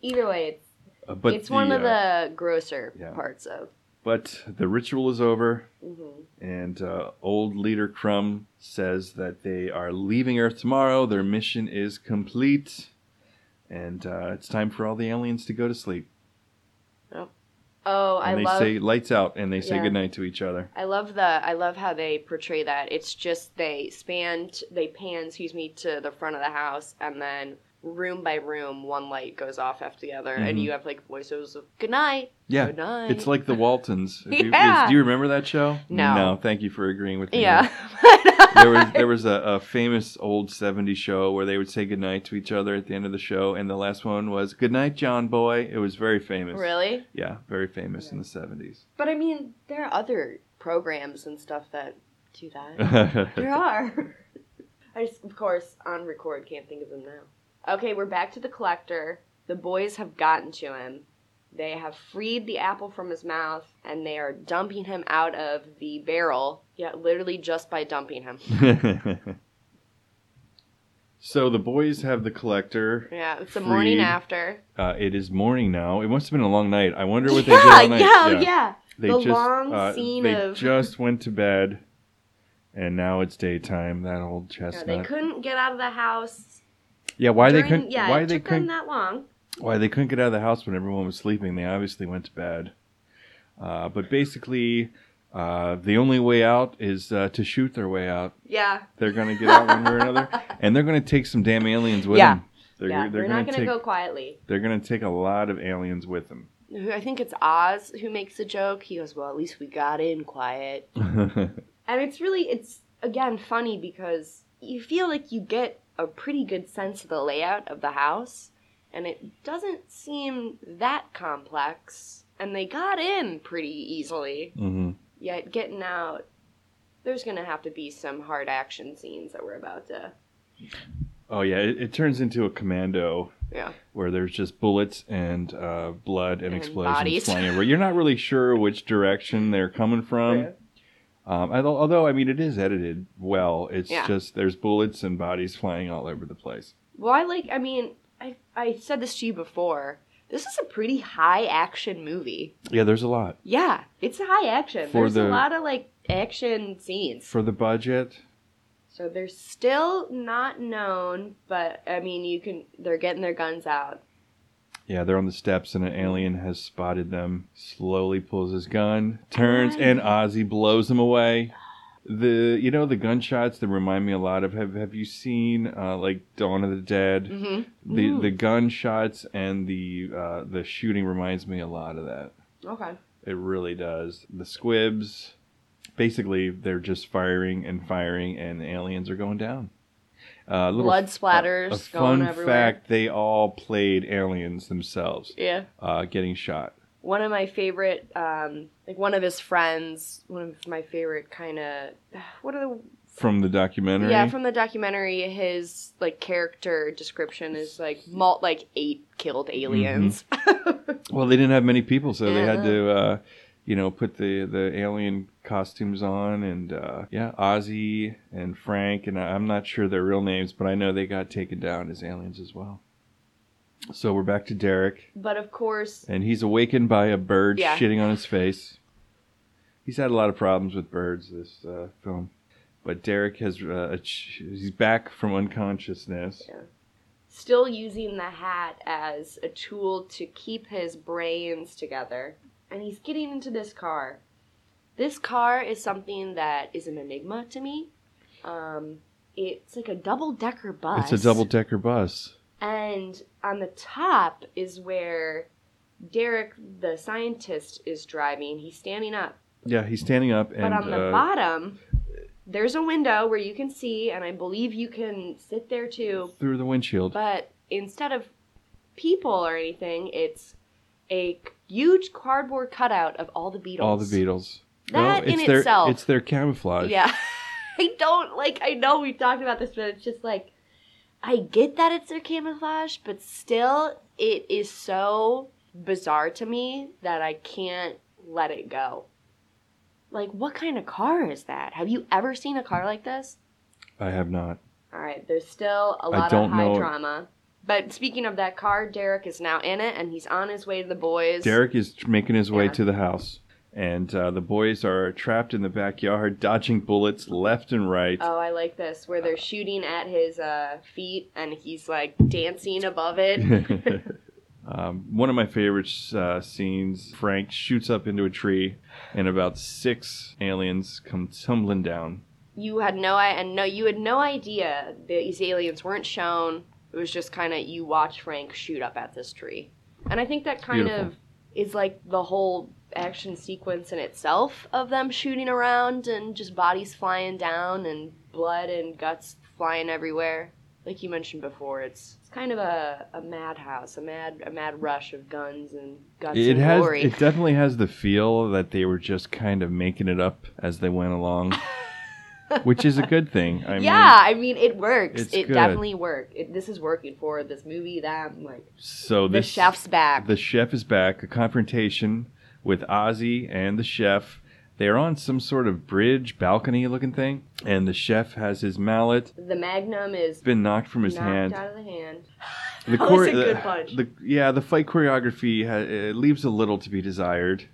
Either way, it's Uh, but it's one of uh, the grosser yeah. parts of. But the ritual is over. hmm And uh, old leader Crumb says that they are leaving Earth tomorrow. Their mission is complete. And uh, it's time for all the aliens to go to sleep. Oh, And I they love say lights out and they say Yeah. goodnight to each other. I love the I love how they portray that. It's just they span t- they pan, excuse me, to the front of the house and then room by room one light goes off after the other and Mhm. you have like voices of good night, Yeah. good night. It's like the Waltons. If you, Yeah. is- do you remember that show? No. No, thank you for agreeing with me. Yeah. there was there was a, a famous old 70s show where they would say goodnight to each other at the end of the show and the last one was goodnight John boy. It was very famous. really? Yeah, very famous in the 70s. But I mean, there are other programs and stuff that do that. there are. I just, of course, on record, can't think of them now. Okay, we're back to the collector. The boys have gotten to him. They have freed the apple from his mouth and they are dumping him out of the barrel. Yeah, literally just by dumping him. so the boys have the collector. Yeah, it's the morning Freed. after. Uh, it is morning now. It must have been a long night. I wonder what they did yeah, all night. yeah, yeah. They The just, long uh, scene they of- just went to bed, and now it's daytime. That old Yeah, chestnut. they Yeah, couldn't get out of the house. why they during- couldn't? Yeah, why it they took them couldn't? that long. Why they couldn't get out of the house when everyone was sleeping? They obviously went to bed. Uh, but basically, uh, the only way out is uh, to shoot their way out. Yeah, They're gonna get out one way or another, and they're gonna take some damn aliens with Yeah. them. They're, yeah. they're They're, not going to take go quietly. They're gonna take a lot of aliens with them. who- I think it's Oz who makes the joke. He goes, "Well, at least we got in quiet." And it's really it's again funny because you feel like you get a pretty good sense of the layout of the house and it doesn't seem that complex and they got in pretty easily. hmm Yet getting out there's going to have to be some hard action scenes that we're about to Oh yeah, it, it turns into a commando yeah. where there's just bullets and uh, blood and, And explosions bodies. flying over. You're not really sure which direction they're coming from. Yeah. Um, although, although I mean, it is edited well. It's Yeah. just there's bullets and bodies flying all over the place. Well, I like I mean, I I said this to you before. This is a pretty high action movie. Yeah, there's a lot Yeah, it's a high action. For there's a the- lot of like action scenes. for the budget. So they're still not known, but I mean, you can. They're getting their guns out. Yeah, they're on the steps and an alien has spotted them. Slowly pulls his gun, turns, and Ozzy blows him away. The you know the gunshots that remind me a lot of have have you seen uh, like Dawn of the Dead? Mm-hmm. The Mm. the gunshots and the uh, the shooting reminds me a lot of that. Okay. It really does. The squibs, basically, they're just firing and firing, and the aliens are going down. Uh, little Blood a splatters going fun everywhere. fact: they all played aliens themselves Yeah. uh, getting shot. One of my favorite, um, like one of his friends, one of my favorite kind of, what are the from the documentary. Yeah, from the documentary, his like character description is like malt Mm-hmm. like eight killed aliens. well, they didn't have many people, so they had Yeah. to, uh, you know, put the the alien costumes on, and uh, yeah, Ozzy and Frank, and I- I'm not sure their real names, but I know they got taken down as aliens as well. So we're back to Derek, But of course, and he's awakened by a bird Yeah. shitting on his face. He's had a lot of problems with birds this uh, film, but Derek has uh, ach- he's back from unconsciousness. still using the hat as a tool to keep his brains together. And he's getting into this car. This car is something that is an enigma to me. Um, it's like a double decker bus. It's a double decker bus. And on the top is where Derek, the scientist, is driving. He's standing up. Yeah, he's standing up, and but on the uh, bottom, there's a window where you can see, and I believe you can sit there too. through the windshield. But instead of people or anything, it's a c- huge cardboard cutout of all the Beatles. All the Beatles. That in it's their, itself. It's their camouflage. Yeah. I don't like I know we've talked about this, but it's just like I get that it's their camouflage, but still it is so bizarre to me that I can't let it go. Like what kind of car is that? Have you ever seen a car like this? I have not. All right, there's still a I lot of don't high know. drama. But speaking of that car, Derek is now in it and he's on his way to the boys. Derek is tr- making his way Yeah. to the house, and uh, the boys are trapped in the backyard, dodging bullets left and right. Oh, I like this where they're shooting at his uh, feet and he's like dancing above it. um, one of my favorite uh, scenes Frank shoots up into a tree, and about six aliens come tumbling down. you had no i and no you had no idea these aliens weren't shown it was just kind of you watch frank shoot up at this tree and i think that kind of Beautiful. is like the whole action sequence in itself of them shooting around and just bodies flying down and blood and guts flying everywhere like you mentioned before it's it's kind of a, a madhouse a mad a mad rush of guns and guts It and has, glory it definitely has the feel that they were just kind of making it up as they went along, which is a good thing. I mean, yeah, I mean it works. it's It good. definitely worked. It, this is working for this movie. That like so the this chef's back. The chef is back. A confrontation with Ozzy and the chef. They're on some sort of bridge, balcony looking thing, and the chef has his mallet. the magnum is It's been knocked from his knocked hand. out of the hand. The That was a good punch. The, yeah, the fight choreography ha- it leaves a little to be desired.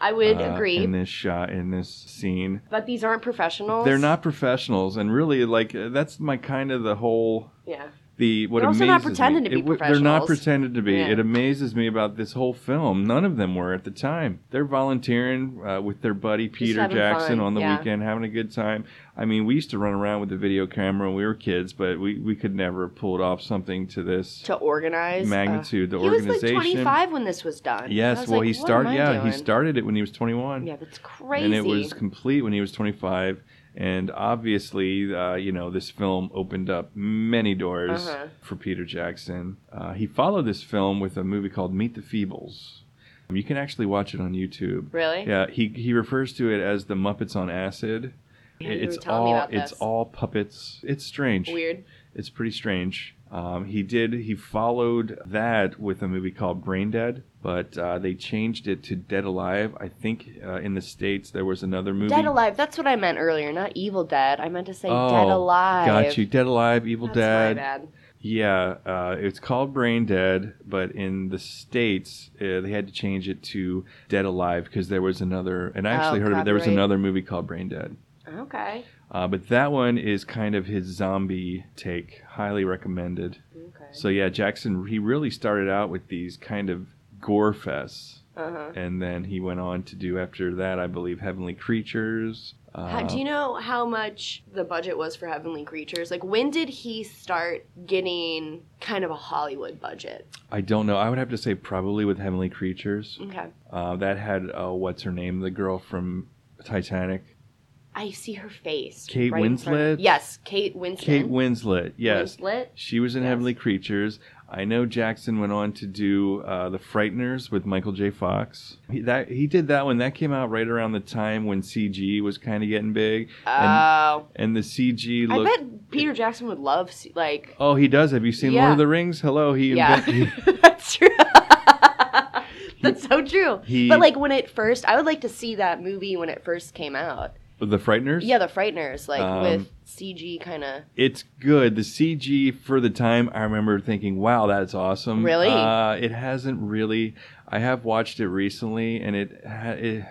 I would uh, agree, in this shot, in this scene. but these aren't professionals. They're not professionals, and really, like uh, that's my kind of the whole Yeah, the what They're also not amazes me- pretending to be it w- They're not professionals. pretending to be. Yeah. It amazes me about this whole film. None of them were at the time. They're volunteering uh, with their buddy Peter having Jackson fun, on the yeah. weekend, having a good time. I mean, we used to run around with the video camera when we were kids, but we, we could never pull off something to this to organize uh, magnitude. the he was like organization. 25 when this was done. I Yes, was well, like, he "What started. am I Yeah, he doing?" started it when he was 21. Yeah, that's crazy. And it was complete when he was 25. And obviously, uh, you know, this film opened up many doors Uh-huh. for Peter Jackson. Uh, he followed this film with a movie called Meet the Feebles. You can actually watch it on YouTube. really. Yeah, he, he refers to it as the Muppets on acid. Yeah, you it's were telling all me about it's this. all puppets. It's strange. Weird. It's pretty strange. Um, he did. He followed that with a movie called Brain Dead, but uh, they changed it to Dead Alive. I think uh, in the states there was another movie. Dead Alive. That's what I meant earlier. Not Evil Dead. I meant to say Oh, Dead Alive. Got you. Dead Alive, Evil That's Dead. my bad. Yeah, uh, it's called Brain Dead, but in the states uh, they had to change it to Dead Alive because there was another. And I actually Oh, heard of it. There was copyright. another movie called Brain Dead. Okay. Uh, but that one is kind of his zombie take. Highly recommended. Okay. So yeah, Jackson he really started out with these kind of gore fests, Uh huh. and then he went on to do after that, I believe, Heavenly Creatures. Uh, How, do you know how much the budget was for Heavenly Creatures? Like, when did he start getting kind of a Hollywood budget? I don't know. I would have to say probably with Heavenly Creatures. Okay. Uh, that had uh, what's her name, the girl from Titanic, I see her face. Kate in front of- Winslet? Yes, Kate Winslet. Kate Winslet. Yes, Winslet. she was in Yes. Heavenly Creatures. I know Jackson went on to do uh, The Frighteners with Michael J. Fox. He, that he did that one. That came out right around the time when CG was kind of getting big, Oh, and the CG I looked. bet Peter Jackson would love se- like. Oh, he does. Have you seen Yeah. Lord of the Rings? Hello, he yeah, invented. that's true. That's so true. He- but like when it first, I would like to see that movie when it first came out. The Frighteners. Yeah, The Frighteners, like Um, with CG kind of. it's good. The CG for the time, I remember thinking, "Wow, that's awesome." Really? Uh, it hasn't really. I have watched it recently, and it, ha- it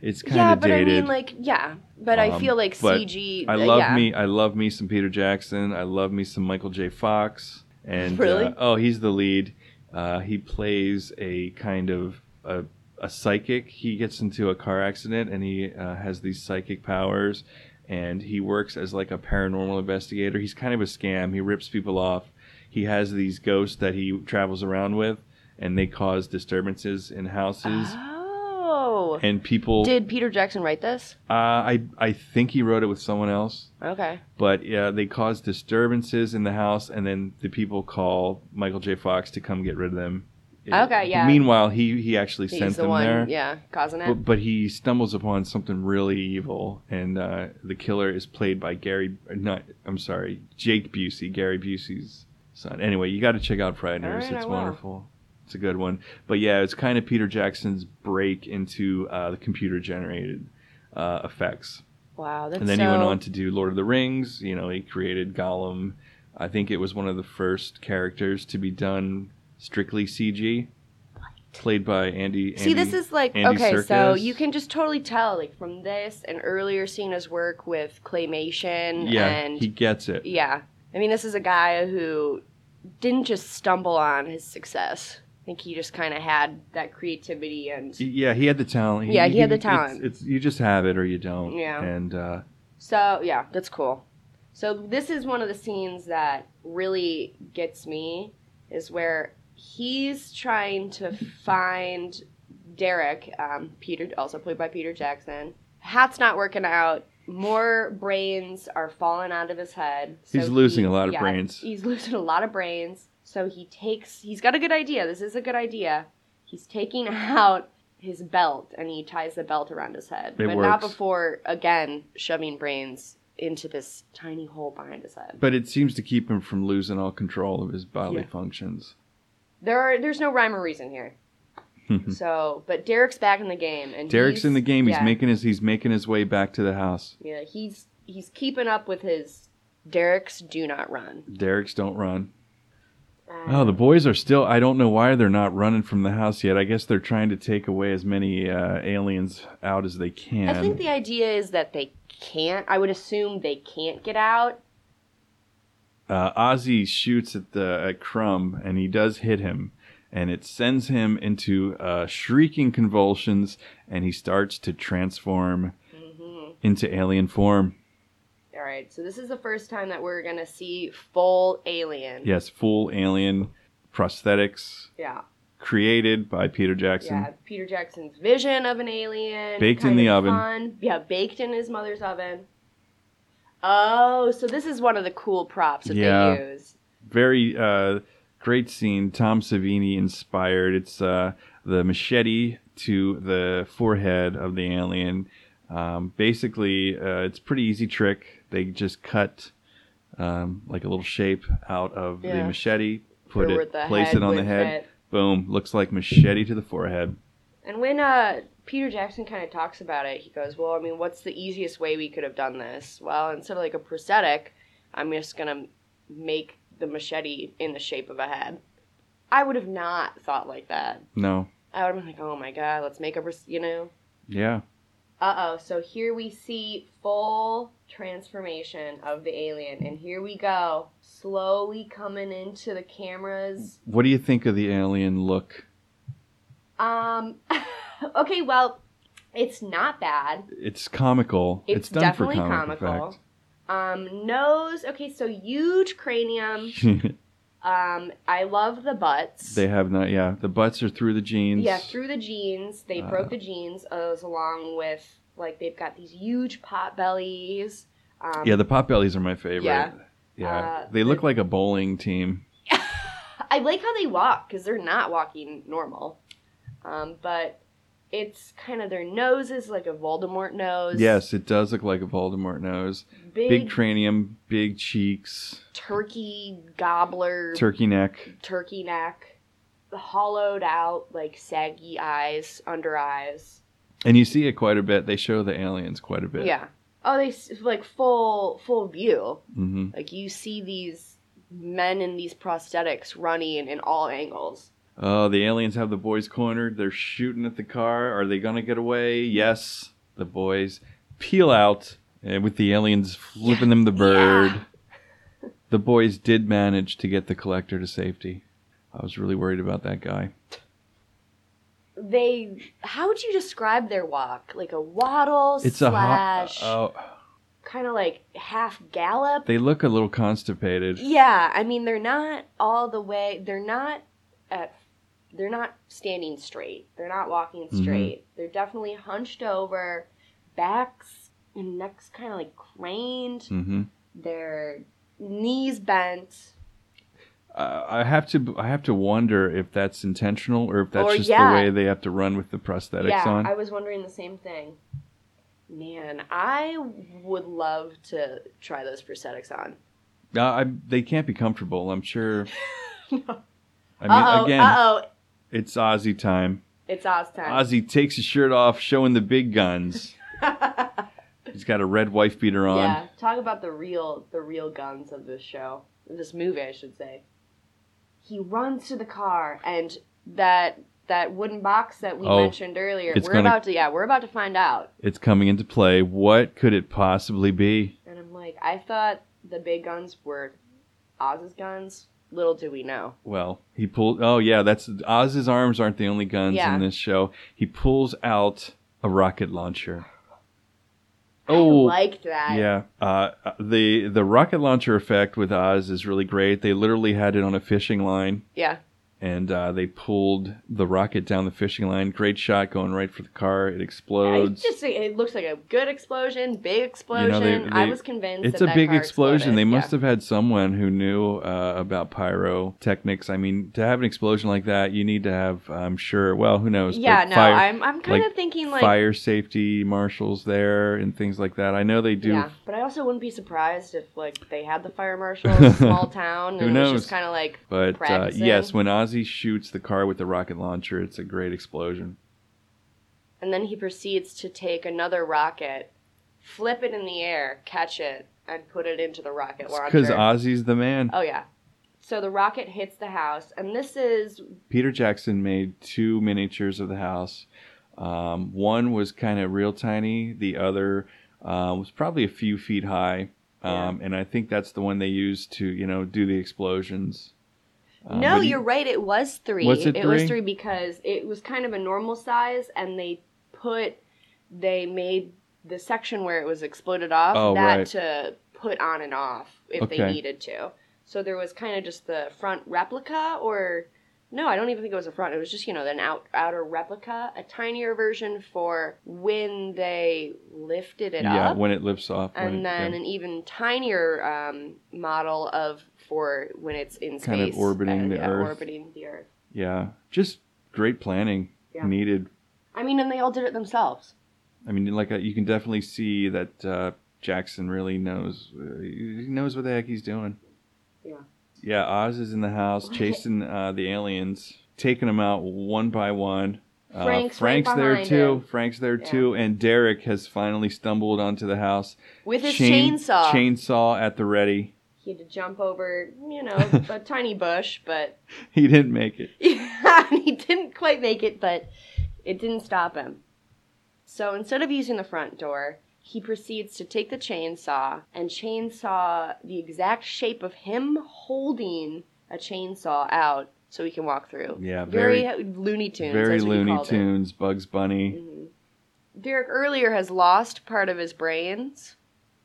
it's kind of Yeah, but dated. I mean, like, yeah, but I Um, feel like but CG. I uh, love yeah. me. I love me some Peter Jackson. I love me some Michael J. Fox. And Really? uh, oh, he's the lead. Uh, he plays a kind of a, a psychic. He gets into a car accident and he uh, has these psychic powers. And he works as like a paranormal investigator. He's kind of a scam. He rips people off. He has these ghosts that he travels around with, and they cause disturbances in houses. Oh, And people, did Peter Jackson write this? uh, I I think he wrote it with someone else Okay. but yeah, they cause disturbances in the house, and then the people call Michael J. Fox to come get rid of them. Okay, yeah. Meanwhile, he he actually He's sent the them one, there, yeah, causing it. but, but he stumbles upon something really evil, and uh, the killer is played by Gary. Not, I'm sorry, Jake Busey, Gary Busey's son. Anyway, you got to check out Frighteners. Alright, I it's will. wonderful. It's a good one. But yeah, it's kind of Peter Jackson's break into uh, the computer generated uh, effects wow, that's and then so. he went on to do Lord of the Rings. You know, he created Gollum. I think it was one of the first characters to be done strictly CG, played by Andy. See, Andy- this is like Andy okay, so Serkis. you can just totally tell, like from this and earlier seeing his work with claymation yeah, and he gets it. yeah. I mean, this is a guy who didn't just stumble on his success. I think he just kind of had that creativity and Yeah, he had the talent. Yeah, he had the it's- talent. It's, you just have it or you don't. Yeah. and uh, So yeah, that's cool. So this is one of the scenes that really gets me is where he's trying to find Derek, um, Peter, also played by Peter Jackson. Hat's not working out. More brains are falling out of his head. So He's losing he- a lot of brains. He's losing a lot of brains. So he takes. He's got a good idea. This is a good idea. He's taking out his belt and he ties the belt around his head, It but not works. before again shoving brains into this tiny hole behind his head. but it seems to keep him from losing all control of his bodily Yeah. functions. There are there's no rhyme or reason here. so, but Derek's back in the game, and Derek's he's- in the game. He's yeah, making his he's making his way back to the house. Yeah, he's he's keeping up with his Derek's do not run. Derek's don't run. Um, Oh, the boys are still. I don't know why they're not running from the house yet. I guess they're trying to take away as many uh, aliens out as they can. I think the idea is that they can't. I would assume they can't get out. uh, Ozzy shoots at the at Crumb, and he does hit him, and it sends him into uh, shrieking convulsions, and he starts to transform Mhm. into alien form. All right, so this is the first time that we're gonna see full alien. Yes, full alien prosthetics Yeah. created by Peter Jackson. Yeah, Peter Jackson's vision of an alien. Baked in kind the of oven. fun. Yeah, baked in his mother's oven. Oh, so this is one of the cool props that Yeah. they use. very uh, great scene, Tom Savini inspired. It's uh, the machete to the forehead of the alien. Um, basically, uh, it's a pretty easy trick. They just cut um, like a little shape out of the Yeah. machete, put Or it, with the place head it on the with head. it. Boom! Looks like machete to the forehead. And when uh, Peter Jackson kind of talks about it, he goes, "Well, I mean, what's the easiest way we could have done this? Well, instead of like a prosthetic, I'm just gonna make the machete in the shape of a head." I would have not thought like that. No, I would have been like, "Oh my god, let's make a pros- you know." yeah, Uh oh, so here we see full transformation of the alien, and here we go, slowly coming into the cameras. what do you think of the alien look? Um, okay, well, it's not bad. It's comical. It's, done definitely for comic comical. Um, nose, okay, so huge cranium. effect. Um, I love the butts. they have not. Yeah, the butts are through the jeans. Yeah, through the jeans. They broke the jeans, uh, along with, like, they've got these huge pot bellies. Um, Yeah, the pot bellies are my favorite. Yeah. Yeah. Uh, they look like a bowling team. I like how they walk because they're not walking normal, um, but it's kind of their nose is like a Voldemort nose. Yes, it does look like a Voldemort nose. big, Big, cranium, big cheeks, turkey gobbler turkey neck. turkey neck. hollowed out, like saggy eyes, under eyes. And you see it quite a bit. They show the aliens quite a bit. Yeah. Oh, they s- like full full view. hmm Like you see these men in these prosthetics running in all angles. Oh, the aliens have the boys cornered. They're shooting at the car. Are they going to get away? Yes. The boys peel out and with the aliens flipping them the bird. The boys did manage to get the collector to safety. I was really worried about that guy. They how would you describe their walk? Like a waddle It's a hot. slash Oh, kind of like half gallop. they look a little constipated. Yeah, I mean they're not all the way. They're not at. They're not standing straight. They're not walking Mhm. straight. They're definitely hunched over, backs and necks kind of like craned. hmm Their knees bent. I I have to. I have to wonder if that's intentional or if that's Or, just yeah. the way they have to run with the prosthetics yeah, on. I was wondering the same thing. Man, I would love to try those prosthetics on. Uh, I, they can't be comfortable. I'm sure. I No. mean, uh oh, again, uh oh, it's Ozzy time. it's Oz time. Ozzy takes his shirt off, showing the big guns. He's got a red wife beater on. Yeah, talk about the real the real guns of this show, this movie, I should say. He runs to the car, and that that wooden box that we Oh, mentioned earlier. it's We're gonna- about to yeah, we're about to find out. It's coming into play. What could it possibly be? And I'm like, I thought the big guns were Oz's guns. Little do we know. Well, he pulled. Oh yeah, that's Oz's arms aren't the only guns Yeah. in this show. He pulls out a rocket launcher. I Oh, liked that. Yeah, uh, the the rocket launcher effect with Oz is really great. They literally had it on a fishing line, Yeah. and uh, they pulled the rocket down the fishing line. Great shot going right for the car. It I explodes. just it looks like a good explosion, big explosion. I they- was convinced it's that a that big car explosion. They exploded. must have had someone who knew uh, about pyrotechnics. I mean, to have an explosion like that, you need to have, I'm sure. Well, who knows? but Yeah, no, fire, I'm I'm kind like, of thinking like fire safety marshals there and things like that. I know they do Yeah, but I also wouldn't be surprised if like they had the fire marshal in a small town and Who it was knows? just kind of like But uh, Practicing. yes, when Ozzy shoots the car with the rocket launcher, it's a great explosion. and then he proceeds to take another rocket, flip it in the air, catch it and put it into the rocket launcher. Because Ozzy's the man. oh yeah. So the rocket hits the house and this is Peter Jackson made two miniatures of the house. Um, one was kind of real tiny. The other uh, was probably a few feet high. Um, And I think that's the one they used to, you know, do the explosions. Um, No, but he- you're right. It was three. Was it was three? three because it was kind of a normal size, and they put they made the section where it was exploded off Oh, that right. to put on and off if they Okay. needed to. So there was kind of just the front replica, or no, I don't even think it was a front. It was just you know an out, outer replica, a tinier version for when they lifted it yeah, up when it lifts off. when and it- then yeah. an even tinier um, model of for when it's in space, uh, Kind of orbiting the Earth. orbiting the Earth. yeah, just great planning Yeah. needed I mean, and they all did it themselves. I mean, like uh, you can definitely see that uh, Jackson really knows. Uh, he knows what the heck he's doing. Yeah. Yeah. Oz is in the house chasing uh, the aliens, taking them out one by one. Uh, Frank's right there behind too. him. Frank's there Yeah. too, and Derek has finally stumbled onto the house With his Chain- chainsaw, Chainsaw at the ready. he had to jump over, you know, a tiny bush, but He didn't make it. he didn't quite make it. But it didn't stop him. So instead of using the front door, he proceeds to take the chainsaw and chainsaw the exact shape of him holding a chainsaw out so he can walk through. Yeah, very, very, Looney Tunes. very that's what you Looney called it. Tunes. Bugs Bunny. Mhm. Derek earlier has lost part of his brains.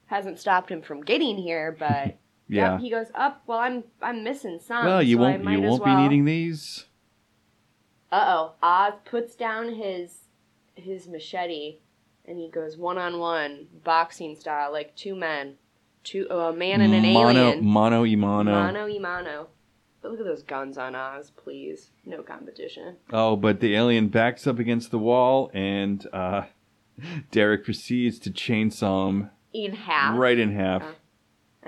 Hasn't stopped him from getting here, but Yeah. yep, he goes up. Well, I'm I'm missing some. well, you so won't. You won't be needing these. Uh oh. Oz puts down his his machete, and he goes one on one, boxing style, like two men, two oh, a man and an mono, alien. mono, Imano. Mono y mano. But look at those guns on Oz, please. No competition. Oh, but the alien backs up against the wall, and uh, Derek proceeds to chainsaw him In half. right in half. Yeah.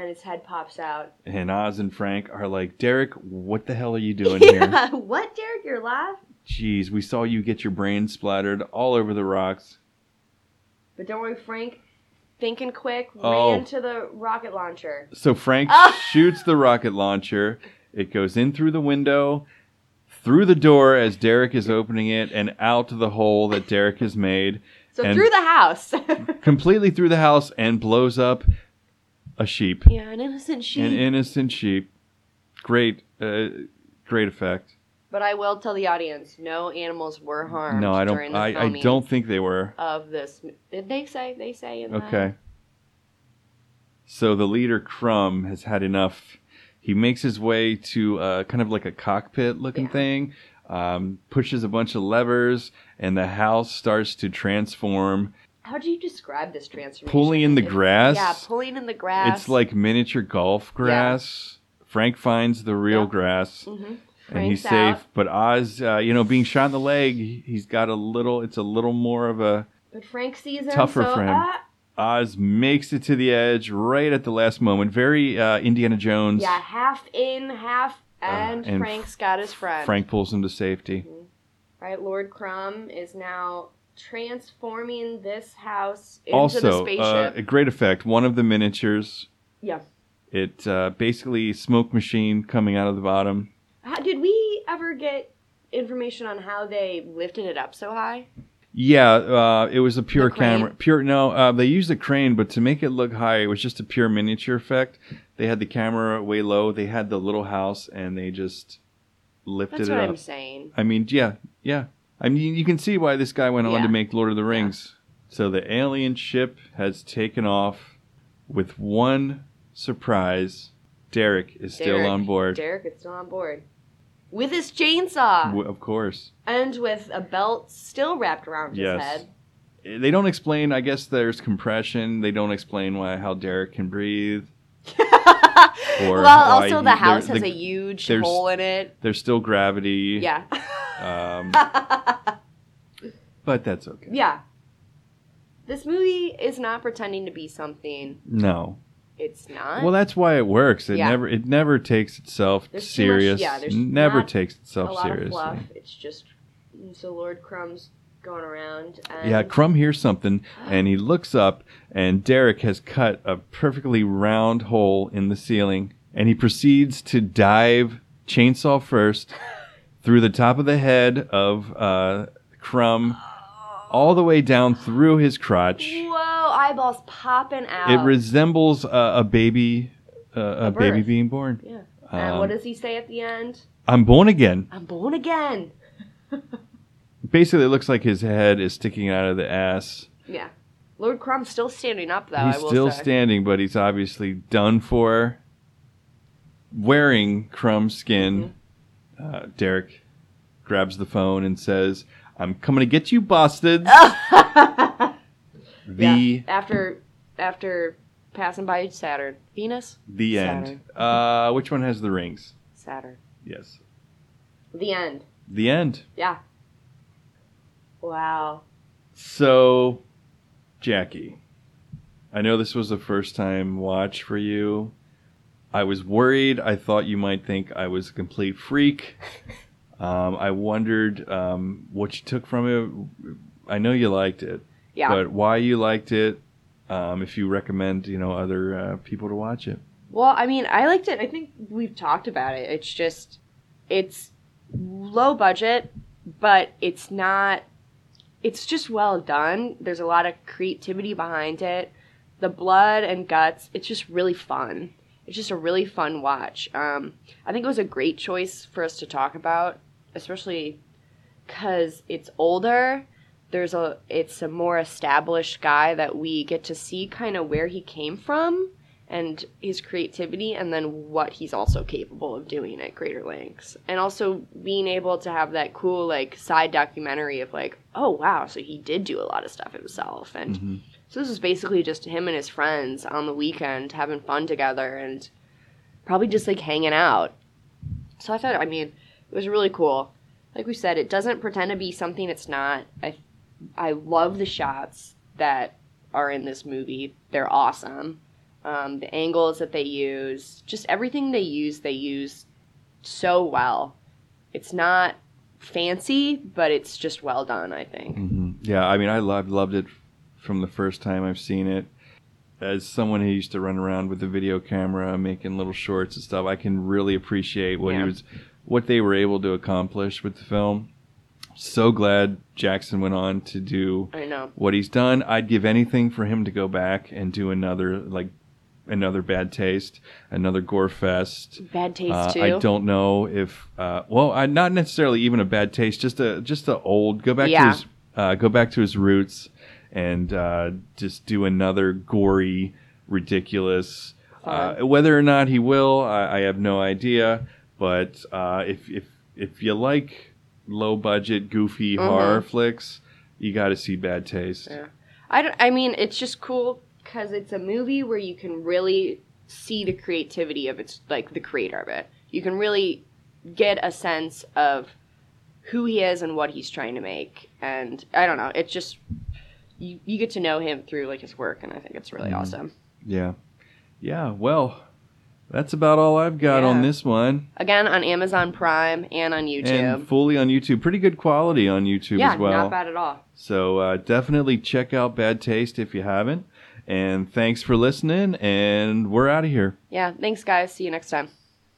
and his head pops out. And Oz and Frank are like, Derek, what the hell are you doing here? Yeah, what, Derek? You're alive? Jeez, we saw you get your brain splattered all over the rocks. But don't worry, Frank. Thinking quick, Oh. ran to the rocket launcher. So Frank Ah. shoots the rocket launcher. It goes in through the window, through the door as Derek is opening it, and out to the hole that Derek has made, So And- through the house. completely through the house, and blows up a sheep, yeah, an innocent sheep. an innocent sheep. Great, uh, great effect. but I will tell the audience, no animals were harmed. No, I During don't. I, the I filming don't think they were. Of this, did they say? They say in the- Okay. So the leader Crumb has had enough. He makes his way to uh, kind of like a cockpit looking Yeah. thing, um, pushes a bunch of levers, and the house starts to transform, How do you describe this transformation? pulling in the If- grass. Yeah, pulling in the grass. It's like miniature golf grass. Frank finds the real Yeah. grass. Mhm. and he's Frank's out. safe, but Oz, uh, you know, being shot in the leg, he's got a little. It's a little more of a But Frank sees him. Tougher so, for him. ah, Oz makes it to the edge right at the last moment. Very uh, Indiana Jones. yeah, half in, half, and, Uh, and Frank's got his friend. Frank pulls him to safety. Right, Lord Crumb is now transforming this house into the also, uh, spaceship. a great effect. One of the miniatures. yeah. It uh, basically smoke machine coming out of the bottom. How, did we ever get information on how they lifted it up so high? Yeah, uh, it was a pure The crane? camera. Pure no, uh, they used a crane, but to make it look high, it was just a pure miniature effect. They had the camera way low. They had the little house, and they just lifted That's it what up. I'm saying. I mean, yeah, yeah. I mean, you can see why this guy went on Yeah. to make Lord of the Rings. So the alien ship has taken off with one surprise. Derek is still Derek- on board. Derek is still on board. With his chainsaw W- of course. and with a belt still wrapped around Yes. his head. They don't explain, I guess there's compression. They don't explain why how Derek can breathe. Or well, why also he- the there- house has the- a huge there's- hole in it. There's still gravity. Yeah. Um, but that's okay. yeah. This movie is not pretending to be something No. it's not. Well, that's why it works. It Yeah. never it never takes itself There's too much- serious. yeah, there's never not takes a itself lot seriously. of fluff. It's just so Lord Crumb's going around. And Yeah, Crumb hears something and he looks up, and Derek has cut a perfectly round hole in the ceiling. And he proceeds to dive chainsaw first through the top of the head of uh, Crumb, all the way down through his crotch. Whoa! Eyeballs popping out. It resembles uh, a baby, uh, a, A baby birth. being born. yeah. And um, what does he say at the end? I'm born again. I'm born again. Basically, it looks like his head is sticking out of the ass. Yeah. Lord Crumb's still standing up though. I he's will still say. standing, but he's obviously done for. Wearing crumb skin, Mm-hmm. uh, Derek grabs the phone and says, "I'm coming to get you, bastards." the Ah! Yeah, after after passing by Saturn, Venus, the end. Uh, which one has the rings? Saturn, Yes, the end. the end. Yeah. Wow. So, Jackie, I know this was a first time watch for you. I was worried. I thought you might think I was a complete freak. Um, I wondered um, what you took from it. I know you liked it, Yeah. but why you liked it. Um, if you recommend, you know, other uh, people to watch it. Well, I mean, I liked it. I think we've talked about it. It's just, it's low budget, but it's not, it's just well done. There's a lot of creativity behind it. The blood and guts, it's just really fun. It's just a really fun watch. Um, I think it was a great choice for us to talk about, especially because it's older. There's a, it's a more established guy that we get to see kind of where he came from and his creativity and then what he's also capable of doing at greater lengths and also being able to have that cool like side documentary of like oh wow so he did do a lot of stuff himself and Mhm. so this was basically just him and his friends on the weekend having fun together and probably just like hanging out so i thought i mean it was really cool like we said it doesn't pretend to be something it's not i i love the shots that are in this movie they're awesome um, the angles that they use, just everything they use, they use so well. It's not fancy, but it's just well done, I think. hmm Yeah, I mean, I loved loved it from the first time I've seen it. As someone who used to run around with a video camera making little shorts and stuff, I can really appreciate what he Yeah. was, what they were able to accomplish with the film. So glad Jackson went on to do I know. what he's done. I'd give anything for him to go back and do another like another bad taste, another gore fest. Bad taste, Uh, too. I don't know if uh, well, I, not necessarily even a bad taste, just a just a old go back to Yeah. his uh, go back to his roots and uh, just do another gory, ridiculous. Uh, whether or not he will, I, I have no idea. But uh, if if if you like low budget, goofy Mhm. horror flicks, you got to see Bad Taste. Yeah. I, don't, I mean, it's just cool because it's a movie where you can really see the creativity of its, like, the creator of it. You can really get a sense of who he is and what he's trying to make. And I don't know. It's just, you, you get to know him through, like, his work, and I think it's really Mhm. awesome. Yeah, yeah. Well, that's about all I've got Yeah. on this one. Again, on Amazon Prime and on YouTube. and fully on YouTube. Pretty good quality on YouTube yeah, as well. not bad at all. So uh, definitely check out Bad Taste if you haven't. And thanks for listening. And we're out of here. Yeah, thanks, guys. See you next time.